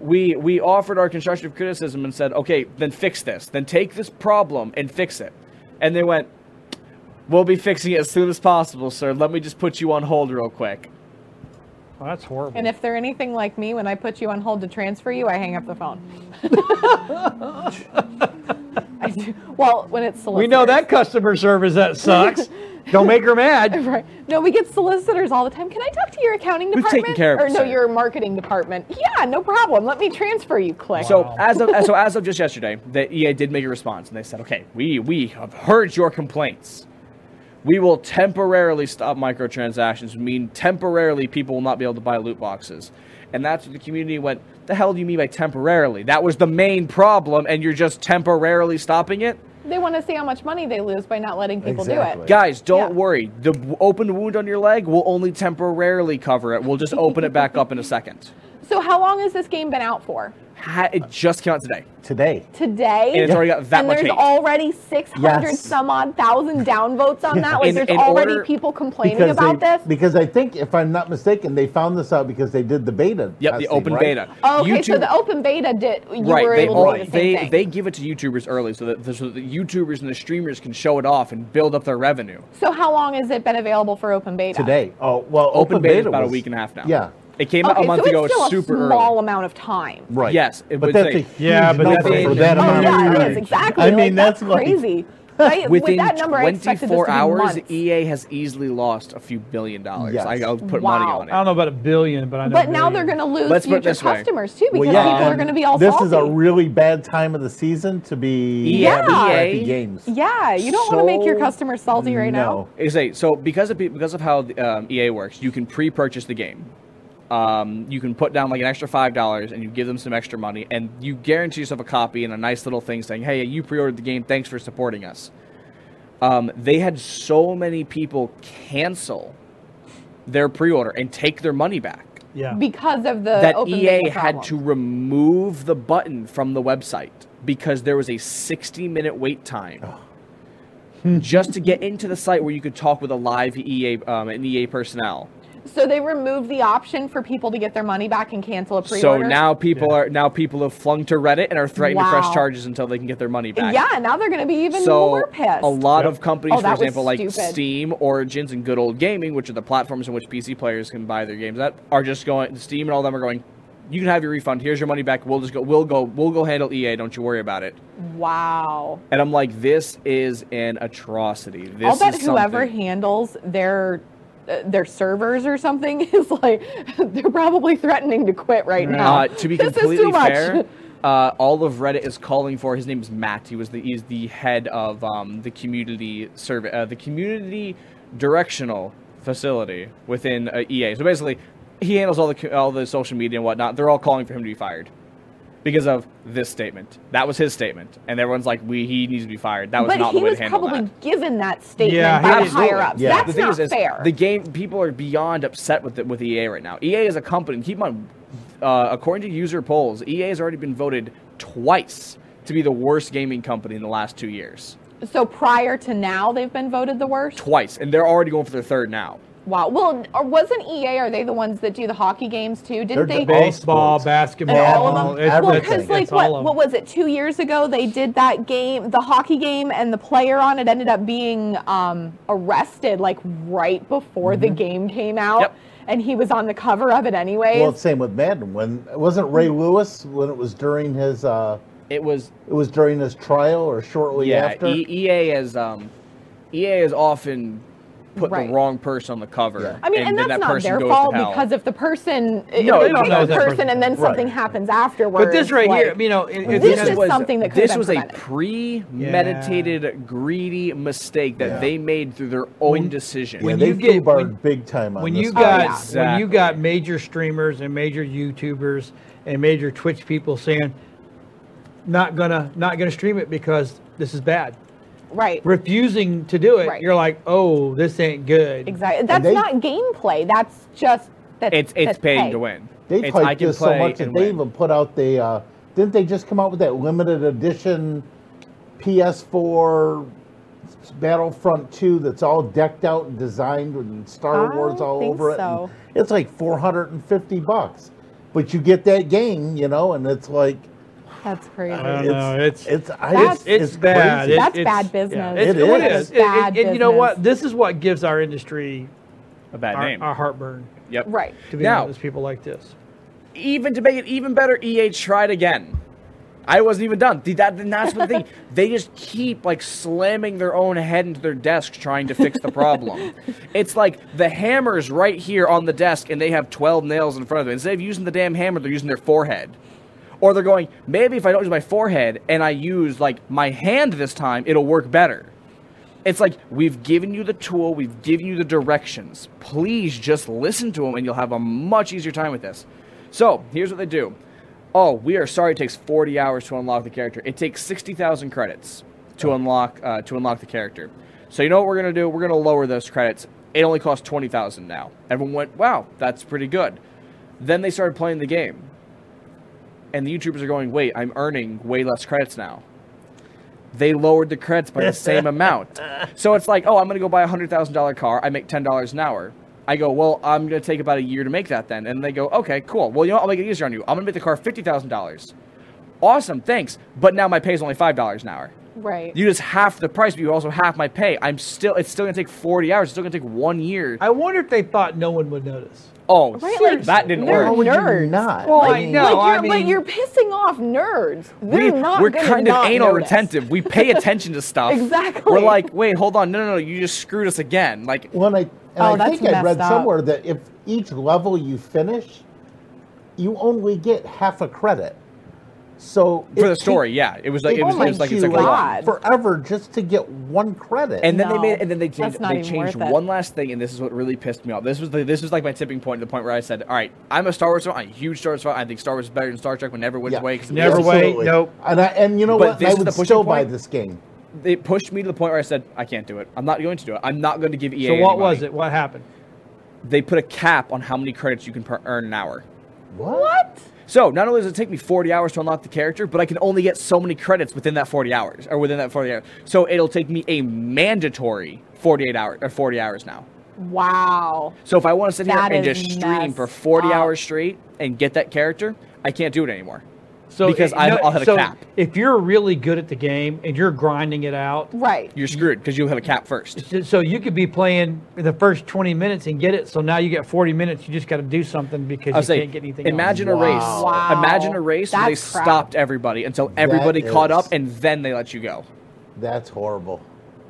Speaker 1: we, we offered our constructive criticism and said, Okay, then fix this. Then take this problem and fix it. And they went, We'll be fixing it as soon as possible, sir. Let me just put you on hold real quick.
Speaker 2: Well, that's horrible.
Speaker 3: and if they're anything like me, when I put you on hold to transfer you, I hang up the phone. I do. Well, when it's solicitors.
Speaker 2: we know that customer service that sucks. Don't make her mad.
Speaker 3: Right. No, we get solicitors all the time. Can I talk to your accounting
Speaker 1: We've
Speaker 3: department?
Speaker 1: taken care of
Speaker 3: or
Speaker 1: it,
Speaker 3: no,
Speaker 1: sir.
Speaker 3: your marketing department. Yeah, no problem. Let me transfer you. Click.
Speaker 1: So as of so as of just yesterday, the EA did make a response, and they said, "Okay, we we have heard your complaints. We will temporarily stop microtransactions. Mean temporarily, people will not be able to buy loot boxes." And that's what the community went. The hell do you mean by temporarily? That was the main problem, and you're just temporarily stopping it.
Speaker 3: they want to see how much money they lose by not letting people do
Speaker 4: Exactly.
Speaker 3: it.
Speaker 1: Guys, don't
Speaker 3: Yeah.
Speaker 1: worry. The w- open wound on your leg will only temporarily cover it. We'll just open it back up in a second.
Speaker 3: So how long has this game been out for?
Speaker 1: Ha- it just came out today.
Speaker 4: today.
Speaker 3: Today.
Speaker 1: And it's already got that
Speaker 3: And
Speaker 1: much
Speaker 3: there's
Speaker 1: hate.
Speaker 3: already 600
Speaker 4: Yes.
Speaker 3: some odd thousand downvotes on that. Like
Speaker 1: In-
Speaker 3: there's
Speaker 1: in
Speaker 3: already
Speaker 1: order-
Speaker 3: people complaining
Speaker 4: Because
Speaker 3: about
Speaker 4: they-
Speaker 3: this.
Speaker 4: Because I think, if I'm not mistaken, they found this out because they did the beta.
Speaker 1: Yep, the
Speaker 4: testing,
Speaker 1: open
Speaker 4: right?
Speaker 1: beta.
Speaker 3: Oh, okay, so
Speaker 1: YouTube-
Speaker 3: the open beta did. You
Speaker 1: right,
Speaker 3: were
Speaker 1: they,
Speaker 3: able
Speaker 1: all-
Speaker 3: to do the same
Speaker 1: they,
Speaker 3: thing.
Speaker 1: they give it to YouTubers early so that, so that the YouTubers and the streamers can show it off and build up their revenue.
Speaker 3: so how long has it been available for open beta?
Speaker 4: Today. Oh, well,
Speaker 1: Open,
Speaker 4: open,
Speaker 1: beta, is
Speaker 4: beta
Speaker 1: about a
Speaker 4: was-
Speaker 1: week and a half now.
Speaker 4: Yeah,
Speaker 1: It came out
Speaker 3: Okay,
Speaker 1: a month
Speaker 3: so
Speaker 1: ago.
Speaker 3: it's still a
Speaker 1: super
Speaker 3: small
Speaker 1: early.
Speaker 3: amount of time.
Speaker 4: right.
Speaker 1: Yes, it
Speaker 4: but
Speaker 1: would
Speaker 4: that's
Speaker 1: say-
Speaker 4: a huge
Speaker 2: Yeah, but
Speaker 4: number
Speaker 2: that's-
Speaker 4: for that
Speaker 2: Oh,
Speaker 3: Oh
Speaker 4: amount
Speaker 3: yeah,
Speaker 4: of
Speaker 3: it
Speaker 4: time.
Speaker 3: is exactly.
Speaker 4: I mean,
Speaker 3: like, that's,
Speaker 4: like-
Speaker 3: crazy. Right? With
Speaker 1: Within
Speaker 3: that number, I expected this
Speaker 1: 24
Speaker 3: to be
Speaker 1: hours,
Speaker 3: months.
Speaker 1: EA has easily lost a few billion dollars.
Speaker 4: Yes.
Speaker 1: I, I'll put
Speaker 3: Wow.
Speaker 1: money
Speaker 2: I don't
Speaker 1: on
Speaker 2: know about a billion, but I know.
Speaker 3: But now
Speaker 2: billion.
Speaker 3: they're going to lose
Speaker 1: Let's put it
Speaker 3: future
Speaker 1: this way.
Speaker 3: customers too because
Speaker 4: Well, yeah,
Speaker 3: people are
Speaker 4: and
Speaker 3: going to be all
Speaker 4: This
Speaker 3: salty.
Speaker 4: is a really bad time of the season to be
Speaker 1: Yeah.
Speaker 4: having
Speaker 1: EA.
Speaker 4: crappy games.
Speaker 3: yeah, you don't want to make your
Speaker 1: So-
Speaker 3: customers salty right now.
Speaker 4: no.
Speaker 1: it. Is a so because of pe- because of how um, EA works, you can pre-purchase the game. Um, you can put down like an extra five dollars, and you give them some extra money, and you guarantee yourself a copy and a nice little thing saying, "Hey, you pre-ordered the game. Thanks for supporting us." um, they had so many people cancel their pre-order and take their money back
Speaker 2: yeah.
Speaker 3: because of the
Speaker 1: that
Speaker 3: uh, open
Speaker 1: EA
Speaker 3: beta
Speaker 1: had
Speaker 3: problem.
Speaker 1: to remove the button from the website because there was a 60-minute wait time just to get into the site where you could talk with a live EA um, an EA personnel.
Speaker 3: So they removed the option for people to get their money back and cancel a pre-order.
Speaker 1: So now people are now people have flung to Reddit and are threatening to
Speaker 3: Wow.
Speaker 1: press charges until they can get their money back.
Speaker 3: yeah, now they're going to be even
Speaker 1: so
Speaker 3: more pissed.
Speaker 1: a lot of companies,
Speaker 3: Oh,
Speaker 1: for
Speaker 3: that was
Speaker 1: example, like
Speaker 3: stupid.
Speaker 1: Steam, Origins, and Good Old Gaming, which are the platforms in which PC players can buy their games, at, are just going. Steam and all them are going. You can have your refund. Here's your money back. We'll just go. We'll go. We'll go handle EA. Don't you worry about it.
Speaker 3: Wow.
Speaker 1: And I'm like, this is an atrocity. This
Speaker 3: I'll bet
Speaker 1: is
Speaker 3: whoever
Speaker 1: something-
Speaker 3: handles their uh, their servers or something is like they're probably threatening to quit right now.
Speaker 1: Uh, to be
Speaker 3: This is too
Speaker 1: completely
Speaker 3: much.
Speaker 1: fair, uh, all of Reddit is calling for. His name is Matt. He was the he's the head of um, the community survey, uh, the community directional facility within uh, EA. So basically, he handles all the co- all the social media and whatnot. They're all calling for him to be fired because of this statement. That was his statement, and everyone's like, "We he needs to be fired." That was
Speaker 3: but
Speaker 1: not
Speaker 3: he
Speaker 1: the way
Speaker 3: was
Speaker 1: to handle
Speaker 3: probably
Speaker 1: that.
Speaker 3: given that statement
Speaker 2: Yeah, he
Speaker 3: by
Speaker 2: didn't-
Speaker 3: higher ups.
Speaker 4: Yeah.
Speaker 1: The
Speaker 3: That's
Speaker 1: thing
Speaker 3: not
Speaker 1: is, is
Speaker 3: fair.
Speaker 1: E the game people are beyond upset with it, with EA right now. EA is a company. Keep on, uh, according to user polls, EA has already been voted twice to be the worst gaming company in the last two years.
Speaker 3: So prior to now, they've been voted the worst.
Speaker 1: Twice, and they're already going for their third now.
Speaker 3: Wow. Well, or wasn't EA? Are they the ones that do the hockey games too? Didn't
Speaker 4: They're
Speaker 3: they?
Speaker 4: the base
Speaker 2: Baseball,
Speaker 4: sports.
Speaker 2: basketball,
Speaker 3: and all of them.
Speaker 2: it's-
Speaker 3: well,
Speaker 2: it's-
Speaker 3: because like
Speaker 2: it's all
Speaker 3: what,
Speaker 2: of
Speaker 3: what
Speaker 2: them.
Speaker 3: was it? Two years ago, they did that game, the hockey game, and the player on it ended up being um, arrested like right before the game came out,
Speaker 1: Yep.
Speaker 3: and he was on the cover of it anyways.
Speaker 4: Well, same with Madden. When wasn't Ray Lewis when it was during his uh,
Speaker 1: It was
Speaker 4: it was during his trial or shortly
Speaker 1: yeah.
Speaker 4: after.
Speaker 1: E- EA has um, EA has often put
Speaker 3: Right.
Speaker 1: the wrong person on the cover.
Speaker 3: I mean, and,
Speaker 1: then that
Speaker 3: that's not
Speaker 1: person
Speaker 3: their
Speaker 1: goes
Speaker 3: fault
Speaker 1: to hell.
Speaker 3: because if the person, if
Speaker 1: No,
Speaker 3: they
Speaker 1: they don't
Speaker 3: pick
Speaker 2: know
Speaker 3: the
Speaker 2: that
Speaker 3: person,
Speaker 2: person.
Speaker 3: and then something
Speaker 4: Right.
Speaker 3: happens afterwards.
Speaker 2: But this right here,
Speaker 3: like-
Speaker 2: you know, it- it's
Speaker 3: this
Speaker 2: kind
Speaker 3: is
Speaker 2: of-
Speaker 3: something that could
Speaker 1: this
Speaker 3: have been
Speaker 1: was a
Speaker 3: prevented.
Speaker 1: premeditated, greedy mistake that
Speaker 4: Yeah.
Speaker 1: they made through their own decision.
Speaker 4: yeah,
Speaker 2: when
Speaker 4: they
Speaker 2: you get-
Speaker 4: foobarred
Speaker 2: when-
Speaker 4: big time on
Speaker 2: when
Speaker 4: this
Speaker 3: Oh,
Speaker 2: you
Speaker 4: one.
Speaker 2: got
Speaker 1: yeah.
Speaker 2: when you got major streamers and major YouTubers and major Twitch people saying not gonna not gonna stream it because this is bad,
Speaker 3: right.
Speaker 2: refusing to do it,
Speaker 3: Right.
Speaker 2: you're like, oh, this ain't good.
Speaker 3: Exactly. That's
Speaker 4: they-
Speaker 3: not gameplay. That's just that.
Speaker 1: it's it's
Speaker 3: that's
Speaker 1: paying
Speaker 3: pay.
Speaker 1: to win.
Speaker 4: They
Speaker 1: it's, I
Speaker 4: piped
Speaker 1: can
Speaker 4: this so
Speaker 1: play
Speaker 4: much that
Speaker 1: and
Speaker 4: they
Speaker 1: win.
Speaker 4: even put out the. Uh, didn't they just come out with that limited edition PS4 Battlefront 2 that's all decked out and designed with Star
Speaker 3: I
Speaker 4: Wars all
Speaker 3: think
Speaker 4: over it? and
Speaker 3: so.
Speaker 4: It's like 450 bucks, but you get that game, you know, and it's like
Speaker 3: That's crazy.
Speaker 2: don't know, it's-
Speaker 4: it's I-
Speaker 3: That's-
Speaker 2: It's, bad.
Speaker 4: crazy.
Speaker 2: It-
Speaker 3: That's
Speaker 2: it's-
Speaker 3: bad
Speaker 2: yeah.
Speaker 3: business.
Speaker 2: It's-
Speaker 4: It
Speaker 2: It
Speaker 4: is.
Speaker 2: is. It-
Speaker 3: Bad
Speaker 2: it- and you know what?
Speaker 3: business.
Speaker 2: This is what gives our industry
Speaker 1: a bad
Speaker 2: our,
Speaker 1: name.
Speaker 2: our heartburn.
Speaker 1: yep.
Speaker 3: Right.
Speaker 2: To be
Speaker 1: Now-
Speaker 2: honest, people like this.
Speaker 1: Even to make it even better, EA tried again. I wasn't even done. The- That, and that's the thing. They just keep like slamming their own head into their desk trying to fix the problem. it's like the hammer's right here on the desk and they have 12 nails in front of them. Instead of using the damn hammer, they're using their forehead. Or they're going, maybe if I don't use my forehead and I use like my hand this time, it'll work better. It's like we've given you the tool, we've given you the directions. Please just listen to them, and you'll have a much easier time with this. So here's what they do. Oh, we are sorry. It takes 40 hours to unlock the character. It takes 60,000 credits to unlock uh, to unlock the character. So you know what we're gonna do? We're gonna lower those credits. It only costs 20,000 now. Everyone went, wow, that's pretty good. Then they started playing the game, and the YouTubers are going, wait, I'm earning way less credits now they lowered the credits by the same amount. So it's like, oh, I'm going to go buy a hundred thousand dollar car. I make ten dollars an hour. I go, well, I'm going to take about a year to make that then. And they go, okay, cool. Well, you know, what? I'll make it easier on you. I'm going to make the car fifty thousand dollars. Awesome, thanks. But now my pay is only five dollars an hour.
Speaker 3: Right.
Speaker 1: You just half the price, but you also half my pay. I'm still. It's still going to take forty hours. It's still going to take one year.
Speaker 2: I wonder if they thought no one would notice.
Speaker 1: oh,
Speaker 3: Right, like,
Speaker 1: seriously, that didn't
Speaker 3: they're
Speaker 4: How
Speaker 1: work.
Speaker 4: would you
Speaker 3: nerds.
Speaker 4: not?
Speaker 2: Well, I
Speaker 4: mean,
Speaker 2: know.
Speaker 3: like you're,
Speaker 2: I
Speaker 3: but
Speaker 2: mean-
Speaker 3: you're pissing off nerds. They're
Speaker 1: we,
Speaker 3: not
Speaker 1: are
Speaker 3: gonna
Speaker 1: kind of
Speaker 3: not
Speaker 1: anal
Speaker 3: notice.
Speaker 1: retentive. We pay attention to stuff.
Speaker 3: Exactly.
Speaker 1: We're like, wait, hold on, no, no, no, you just screwed us again. Like,
Speaker 4: When I, and
Speaker 3: Oh,
Speaker 4: I
Speaker 3: that's
Speaker 4: think I
Speaker 3: messed
Speaker 4: read
Speaker 3: up.
Speaker 4: somewhere that if each level you finish, you only get half a credit. So
Speaker 1: for
Speaker 4: it
Speaker 1: the
Speaker 4: take-
Speaker 1: story. yeah, it was like it
Speaker 4: it
Speaker 1: was,
Speaker 3: Oh my
Speaker 1: it was like
Speaker 4: takes
Speaker 1: it's like
Speaker 4: you
Speaker 1: a
Speaker 3: God.
Speaker 1: lot.
Speaker 3: God.
Speaker 4: forever just to get one credit.
Speaker 1: And then they
Speaker 3: No,
Speaker 1: made and then they
Speaker 3: that's
Speaker 1: changed
Speaker 3: not
Speaker 1: they
Speaker 3: even
Speaker 1: changed
Speaker 3: worth it.
Speaker 1: one last thing, and this is what really pissed me off. This was the, this was like my tipping point, the point where I said, "All right, I'm a Star Wars fan. I'm a huge Star Wars fan. I think Star Wars is better than Star Trek. Whenever went
Speaker 4: Yeah.
Speaker 1: away, because
Speaker 2: Never went.
Speaker 4: Absolutely.
Speaker 2: nope.
Speaker 4: And I, and you know
Speaker 1: But
Speaker 4: what?
Speaker 1: this
Speaker 4: I
Speaker 1: is the
Speaker 4: would
Speaker 1: pushing
Speaker 4: still buy
Speaker 1: point.
Speaker 4: this game.
Speaker 1: it pushed me to the point where I said, "I can't do it. I'm not going to do it. I'm not going to give EA."
Speaker 2: So
Speaker 1: any
Speaker 2: what was
Speaker 1: money."
Speaker 2: it? What happened?
Speaker 1: They put a cap on how many credits you can per- earn an hour.
Speaker 4: What? What?
Speaker 1: So not only does it take me 40 hours to unlock the character, but I can only get so many credits within that 40 hours, or within that 40 hours. So it'll take me a mandatory 48 hours or 40 hours now.
Speaker 3: wow.
Speaker 1: So if I want to sit here
Speaker 3: That
Speaker 1: and
Speaker 3: is
Speaker 1: just stream for
Speaker 3: messed
Speaker 1: 40
Speaker 3: up.
Speaker 1: hours straight and get that character, I can't do it anymore.
Speaker 2: So
Speaker 1: Because
Speaker 2: it-
Speaker 1: I've- I'll have a
Speaker 2: so
Speaker 1: cap.
Speaker 2: If you're really good at the game and you're grinding it out,
Speaker 3: Right.
Speaker 1: You're screwed because you'll have a cap first.
Speaker 2: so- so you could be playing the first 20 minutes and get it. So now you get 40 minutes. You just got to do something because
Speaker 1: I
Speaker 2: you
Speaker 1: was saying,
Speaker 2: can't get anything.
Speaker 1: imagine
Speaker 2: else.
Speaker 1: a race.
Speaker 3: Wow.
Speaker 1: Imagine a race where they
Speaker 3: That's crap.
Speaker 1: stopped everybody until everybody caught
Speaker 4: is-
Speaker 1: up and then they let you go.
Speaker 4: That's horrible.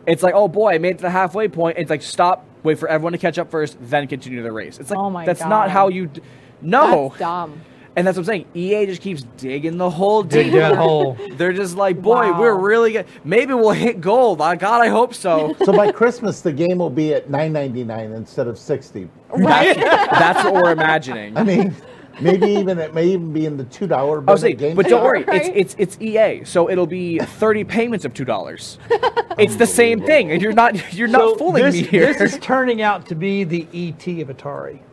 Speaker 1: It's like, oh boy, I made it to the halfway point. It's like, stop, wait for everyone to catch up first, then continue the race. It's like,
Speaker 3: Oh my
Speaker 1: that's
Speaker 3: God.
Speaker 1: not how you. D- no.
Speaker 3: That's dumb.
Speaker 1: And that's what I'm saying. EA just keeps digging the hole
Speaker 2: Dig
Speaker 1: deeper.
Speaker 2: that hole.
Speaker 1: They're just like, boy,
Speaker 3: Wow.
Speaker 1: we're really good. Maybe we'll hit gold. I God, I hope so.
Speaker 4: So by Christmas, the game will be at nine ninety nine instead of sixty.
Speaker 1: That's, that's what we're imagining.
Speaker 4: I mean, maybe even it may even be in the two dollar.
Speaker 1: I was saying,
Speaker 4: game
Speaker 1: but don't
Speaker 4: shop.
Speaker 1: worry,
Speaker 3: Right.
Speaker 1: it's it's it's EA, so it'll be thirty payments of two dollars. It's the same thing, and you're not you're
Speaker 2: So
Speaker 1: not fooling
Speaker 2: this,
Speaker 1: me here.
Speaker 2: This is turning out to be the ET of E Atari.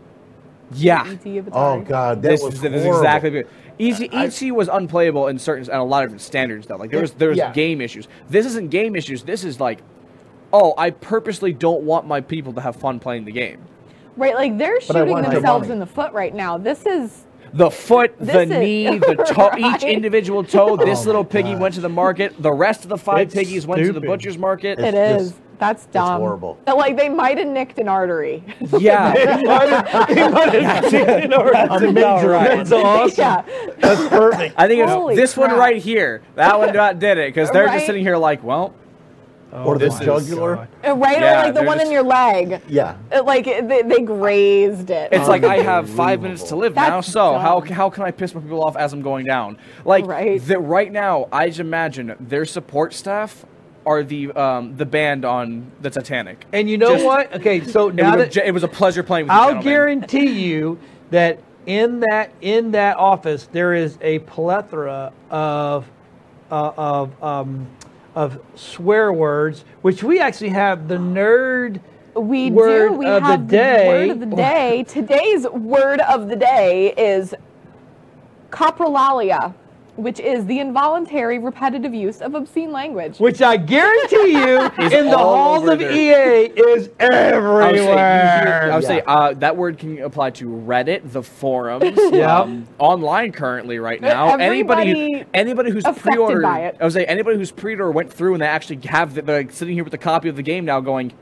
Speaker 1: Yeah.
Speaker 3: E.T. Avatar.
Speaker 4: Oh God, that
Speaker 1: This,
Speaker 4: was
Speaker 1: this is
Speaker 4: horrible.
Speaker 1: exactly the- Easy EC was unplayable in certain and a lot of different standards though. Like there was there was
Speaker 4: Yeah.
Speaker 1: game issues. This isn't game issues. This is like, oh, I purposely don't want my people to have fun playing the game.
Speaker 3: Right, like they're
Speaker 4: I
Speaker 3: shooting
Speaker 4: want the
Speaker 3: themselves
Speaker 4: money.
Speaker 3: in the foot right now. This is
Speaker 1: The foot, the
Speaker 3: This is-
Speaker 1: knee, the toe,
Speaker 3: Right.
Speaker 1: each individual toe. This
Speaker 4: Oh
Speaker 1: little
Speaker 4: my
Speaker 1: piggy
Speaker 4: God.
Speaker 1: went to the market. The rest of the five
Speaker 2: It's
Speaker 1: piggies went to the
Speaker 2: stupid.
Speaker 1: butcher's market.
Speaker 3: it
Speaker 4: It's
Speaker 3: is.
Speaker 4: just-
Speaker 3: That's dumb.
Speaker 4: horrible.
Speaker 3: That, like they might have nicked an artery.
Speaker 1: yeah.
Speaker 4: A major
Speaker 2: That's awesome.
Speaker 3: yeah.
Speaker 4: That's perfect.
Speaker 1: I think it
Speaker 3: Holy
Speaker 1: was this one
Speaker 3: crap.
Speaker 1: right here. That one not did it because they're
Speaker 3: Right?
Speaker 1: just sitting here like, well,
Speaker 4: or the
Speaker 1: this is-
Speaker 4: jugular.
Speaker 3: Uh, Right,
Speaker 1: Yeah,
Speaker 3: or like the
Speaker 1: they're
Speaker 3: one
Speaker 1: just-
Speaker 3: in your leg.
Speaker 4: Yeah.
Speaker 3: Uh, Like it- they, they grazed it.
Speaker 1: it's like I have five minutes to live now.
Speaker 3: That's
Speaker 1: So how
Speaker 3: dumb.
Speaker 1: how can I piss my people off as I'm going down? Like
Speaker 3: Right.
Speaker 1: the, right now, I just imagine their support staff are the um, the band on the Titanic.
Speaker 2: And you know
Speaker 1: Just-
Speaker 2: what? Okay, so
Speaker 1: It,
Speaker 2: now
Speaker 1: was a,
Speaker 2: that
Speaker 1: ge- it was a pleasure playing with you
Speaker 2: I'll
Speaker 1: gentlemen.
Speaker 2: guarantee you that in that in that office there is a plethora of uh, of um, of swear words, which we actually have the nerd.
Speaker 3: we
Speaker 2: word
Speaker 3: do. We
Speaker 2: of the
Speaker 3: have
Speaker 2: day.
Speaker 3: word of the day. Today's word of the day is coprolalia, which is the involuntary repetitive use of obscene language.
Speaker 2: Which I guarantee you, in the
Speaker 1: all
Speaker 2: halls
Speaker 1: over
Speaker 2: of
Speaker 1: there.
Speaker 2: EA, is
Speaker 1: I would say,
Speaker 2: everywhere.
Speaker 1: I would say
Speaker 4: Yeah.
Speaker 1: uh, that word can apply to Reddit, the forums,
Speaker 2: Yeah.
Speaker 1: um, online currently right now. anybody,
Speaker 3: Everybody
Speaker 1: anybody who's
Speaker 3: affected
Speaker 1: pre-order,
Speaker 3: by it.
Speaker 1: I would say anybody who's pre-order went through and they actually have the, they're like sitting here with a copy of the game now, going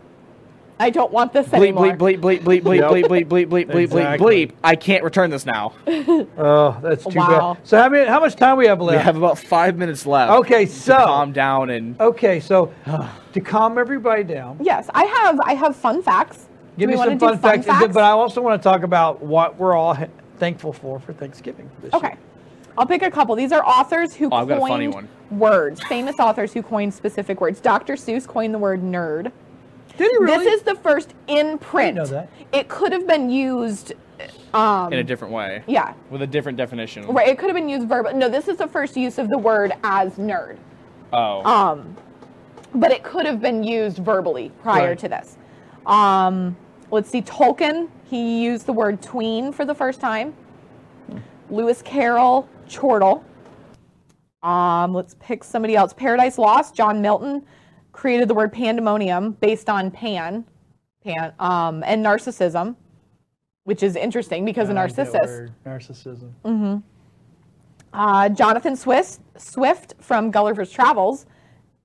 Speaker 3: I don't want this
Speaker 1: bleep,
Speaker 3: anymore.
Speaker 1: bleep, bleep, bleep, bleep, bleep,
Speaker 2: Yep.
Speaker 1: bleep, bleep, bleep, bleep, bleep, bleep,
Speaker 2: Exactly.
Speaker 1: bleep. I can't return this now.
Speaker 2: Oh, that's too
Speaker 3: Wow.
Speaker 2: bad. So how many? How much time we have
Speaker 1: We
Speaker 2: left?
Speaker 1: have about five minutes left.
Speaker 2: okay, so
Speaker 1: calm down and
Speaker 2: okay, so to calm everybody down,
Speaker 3: Yes, I have. I have fun facts.
Speaker 2: Give
Speaker 3: Do
Speaker 2: me
Speaker 3: we wanna
Speaker 2: some
Speaker 3: do
Speaker 2: fun facts, but I also want to talk about what we're all he- thankful for for Thanksgiving. This
Speaker 3: Okay,
Speaker 2: year.
Speaker 3: I'll pick a couple. These are authors who
Speaker 1: Oh, I've
Speaker 3: coined
Speaker 1: got a funny one.
Speaker 3: words. Famous authors who coined specific words. Dr. Seuss coined the word nerd.
Speaker 2: Did he really?
Speaker 3: This is the first in print.
Speaker 2: know that.
Speaker 3: It could have been used.
Speaker 1: in
Speaker 2: um,
Speaker 1: a different way.
Speaker 3: Yeah,
Speaker 1: With a different definition.
Speaker 3: right. It could have been used verbal. No, this is the first use of the word as nerd.
Speaker 1: Oh.
Speaker 3: but it could have been used verbally prior
Speaker 2: Right.
Speaker 3: to this. Um, let's see, Tolkien, he used the word tween for the first time. Lewis Carroll, chortle. Um, let's pick somebody else. Paradise Lost, John Milton created the word pandemonium based on pan, pan, um, and narcissism, which is interesting because a
Speaker 2: I like that
Speaker 3: narcissist.
Speaker 2: word, Narcissism.
Speaker 3: Uh, Jonathan Swift, Swift from Gulliver's Travels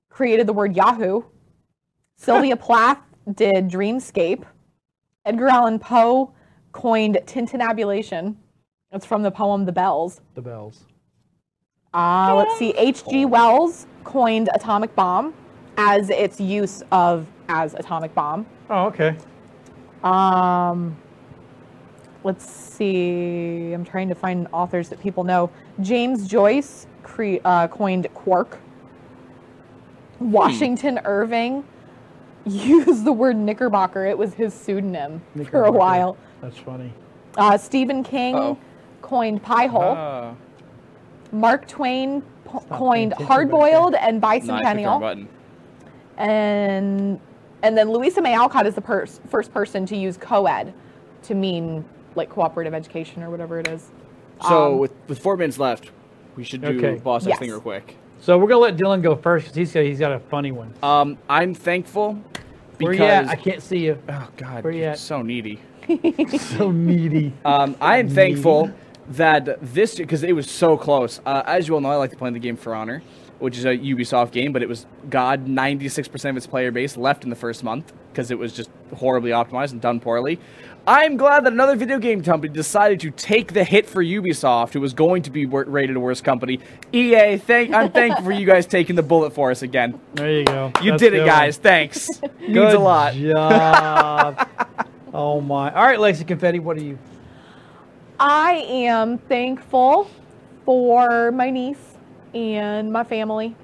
Speaker 3: created the word Yahoo. Sylvia Plath did Dreamscape. Edgar Allan Poe coined tintinabulation. It's from the poem The Bells.
Speaker 2: The bells.
Speaker 3: Uh, let's see, H.G. Wells coined atomic bomb as its use of as atomic bomb.
Speaker 2: Oh, okay.
Speaker 3: Um, let's see. I'm trying to find authors that people know. James Joyce cre- uh, coined quark.
Speaker 2: Hmm.
Speaker 3: Washington Irving used the word Knickerbocker. It was his pseudonym for a
Speaker 2: Knickerbocker.
Speaker 3: while.
Speaker 2: That's funny.
Speaker 3: Uh, Stephen King coined pie hole.
Speaker 1: Uh,
Speaker 3: Mark Twain po- coined
Speaker 2: Ah. attention back
Speaker 3: hard boiled and
Speaker 1: nice, click the
Speaker 3: bicentennial.
Speaker 1: wrong button.
Speaker 3: and and then Louisa May Alcott is the pers- first person to use co-ed to mean like cooperative education or whatever it is.
Speaker 1: So
Speaker 3: Um,
Speaker 1: with, with four minutes left, we should do
Speaker 2: Okay.
Speaker 1: boss
Speaker 3: Yes.
Speaker 1: yes. thing real quick.
Speaker 2: So we're gonna let Dylan go first because he's got he's got a funny one.
Speaker 1: Um, I'm thankful
Speaker 2: Where
Speaker 1: because
Speaker 2: you at? I can't see you.
Speaker 1: oh god,
Speaker 2: where you
Speaker 1: you're
Speaker 2: at?
Speaker 1: so needy.
Speaker 2: so needy.
Speaker 1: Um, I am thankful that this because it was so close. Uh, as you all know, I like to play the game For Honor, which is a Ubisoft game, but it was god 96% of its player base left in the first month because it was just horribly optimized and done poorly. I'm glad that another video game company decided to take the hit for Ubisoft, who was going to be wor- rated a worse company. EA, thank I'm thankful for you guys taking the bullet for us again.
Speaker 2: There you go.
Speaker 1: You
Speaker 2: That's
Speaker 1: did it,
Speaker 2: good.
Speaker 1: guys. Thanks. Means
Speaker 2: Good
Speaker 1: a lot.
Speaker 2: job. oh my. All right, Lexi Confetti, what are you?
Speaker 3: I am thankful for my niece and my family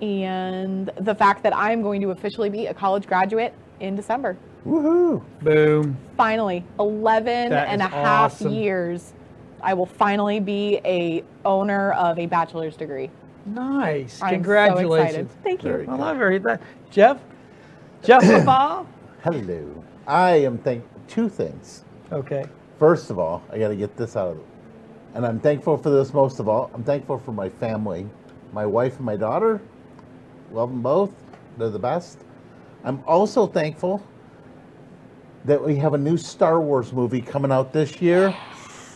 Speaker 3: and the fact that I'm going to officially be a college graduate in December.
Speaker 4: Woohoo!
Speaker 2: Boom.
Speaker 3: Finally, 11
Speaker 2: That
Speaker 3: and a
Speaker 2: is
Speaker 3: half
Speaker 2: awesome.
Speaker 3: years I will finally be a owner of a bachelor's degree.
Speaker 2: Nice.
Speaker 3: I'm so
Speaker 2: Congratulations.
Speaker 3: excited. Thank you.
Speaker 4: Very
Speaker 2: I
Speaker 4: good.
Speaker 2: love her. That- Jeff. Jeff Lamar.
Speaker 4: Hello. I am thank two things.
Speaker 2: Okay.
Speaker 4: First of all, I got to get this out of the and I'm thankful for this most of all. I'm thankful for my family, my wife and my daughter. Love them both. They're the best. I'm also thankful that we have a new Star Wars movie coming out this year.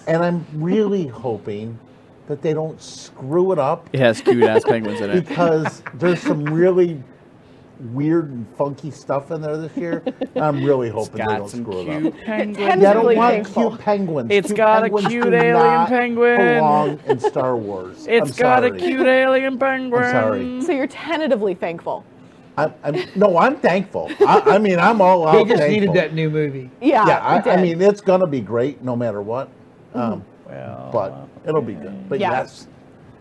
Speaker 4: And I'm really hoping that they don't screw it up
Speaker 1: It has cute ass penguins in it.
Speaker 4: because there's some really weird and funky stuff in there this year. I'm really hoping they
Speaker 1: got
Speaker 4: don't
Speaker 1: some
Speaker 4: screw it up.
Speaker 1: cute penguins.
Speaker 3: Ten-
Speaker 4: Yeah, I don't
Speaker 3: Really
Speaker 4: want
Speaker 3: thankful.
Speaker 4: cute penguins.
Speaker 5: It's
Speaker 4: cute
Speaker 5: got a
Speaker 4: penguins
Speaker 5: cute
Speaker 4: do
Speaker 5: alien
Speaker 4: not
Speaker 5: penguin.
Speaker 4: Belong in Star Wars.
Speaker 5: It's
Speaker 4: I'm
Speaker 5: got
Speaker 4: sorry.
Speaker 5: a cute alien penguin.
Speaker 4: I'm sorry.
Speaker 3: So you're tentatively thankful.
Speaker 4: I'm, I'm, no, I'm thankful. I, I mean, I'm all out.
Speaker 2: They just
Speaker 4: thankful.
Speaker 2: needed that new movie.
Speaker 3: Yeah.
Speaker 4: Yeah, I,
Speaker 3: it
Speaker 4: I
Speaker 3: did.
Speaker 4: mean, it's gonna be great no matter what. Um,
Speaker 2: Well,
Speaker 4: but it'll be good. But
Speaker 3: Yeah.
Speaker 4: yes,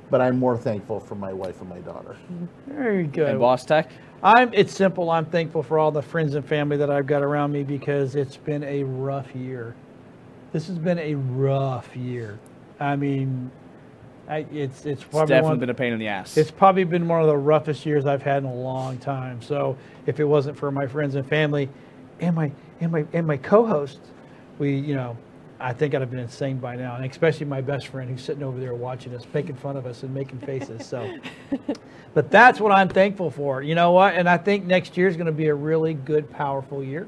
Speaker 4: but I'm more thankful for my wife and my daughter.
Speaker 2: very good.
Speaker 1: And Boss Tech.
Speaker 2: I'm. It's simple. I'm thankful for all the friends and family that I've got around me because it's been a rough year. This has been a rough year. I mean, I, it's it's
Speaker 1: It's
Speaker 2: probably
Speaker 1: definitely
Speaker 2: one,
Speaker 1: been a pain in the ass.
Speaker 2: It's probably been one of the roughest years I've had in a long time. So if it wasn't for my friends and family, and my and my and my co-host, we you know, I think I'd have been insane by now. And especially my best friend who's sitting over there watching us, making fun of us and making faces. So, but that's what I'm thankful for. You know what? And I think next year is going to be a really good, powerful year.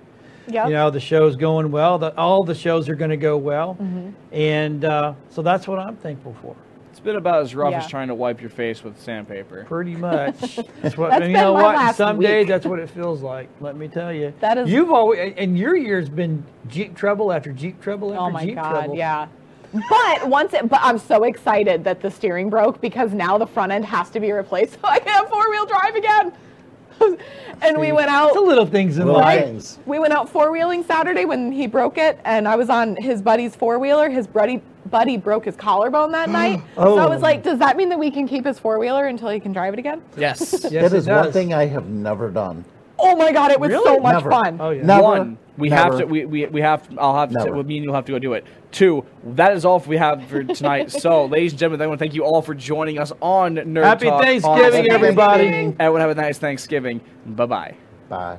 Speaker 3: Yep.
Speaker 2: You know, the show's going well. The, all the shows are going to go well, and uh, so that's what I'm thankful for.
Speaker 1: it's been about as rough as
Speaker 3: Yeah.
Speaker 1: trying to wipe your face with sandpaper.
Speaker 2: Pretty much. That's what, and you
Speaker 3: been
Speaker 2: know
Speaker 3: my
Speaker 2: what?
Speaker 3: last
Speaker 2: Some
Speaker 3: week.
Speaker 2: days that's what it feels like. Let me tell you.
Speaker 3: That is-
Speaker 2: You've always and your year's been Jeep trouble after Jeep trouble after
Speaker 3: Oh my
Speaker 2: Jeep
Speaker 3: god,
Speaker 2: trouble.
Speaker 3: yeah. But once it, but I'm so excited that the steering broke because now the front end has to be replaced so I can have four wheel drive again. and we went out.
Speaker 2: It's the little things in
Speaker 4: Little
Speaker 2: life.
Speaker 4: things.
Speaker 3: We went out four wheeling Saturday when he broke it, and I was on his buddy's four wheeler. His buddy buddy broke his collarbone that night, so I
Speaker 2: Oh.
Speaker 3: was like, "Does that mean that we can keep his four wheeler until he can drive it again?"
Speaker 1: Yes.
Speaker 2: Yes,
Speaker 4: that
Speaker 2: it
Speaker 4: is one
Speaker 2: does.
Speaker 4: thing I have never done.
Speaker 3: Oh my god, it was so much
Speaker 4: Never.
Speaker 3: fun!
Speaker 2: Oh yeah.
Speaker 4: Never.
Speaker 1: One, we have
Speaker 4: never.
Speaker 1: to. We, we, we have. I'll have to.
Speaker 4: Never.
Speaker 1: well, Me and you'll have to go do it. Two. That is all we have for tonight. so, ladies and gentlemen, I want to thank you all for joining us on Nerd
Speaker 2: Happy
Speaker 1: Talk on
Speaker 2: Thanksgiving,
Speaker 1: Sunday.
Speaker 2: everybody.
Speaker 1: Everyone have a nice Thanksgiving. Bye bye.
Speaker 4: Bye.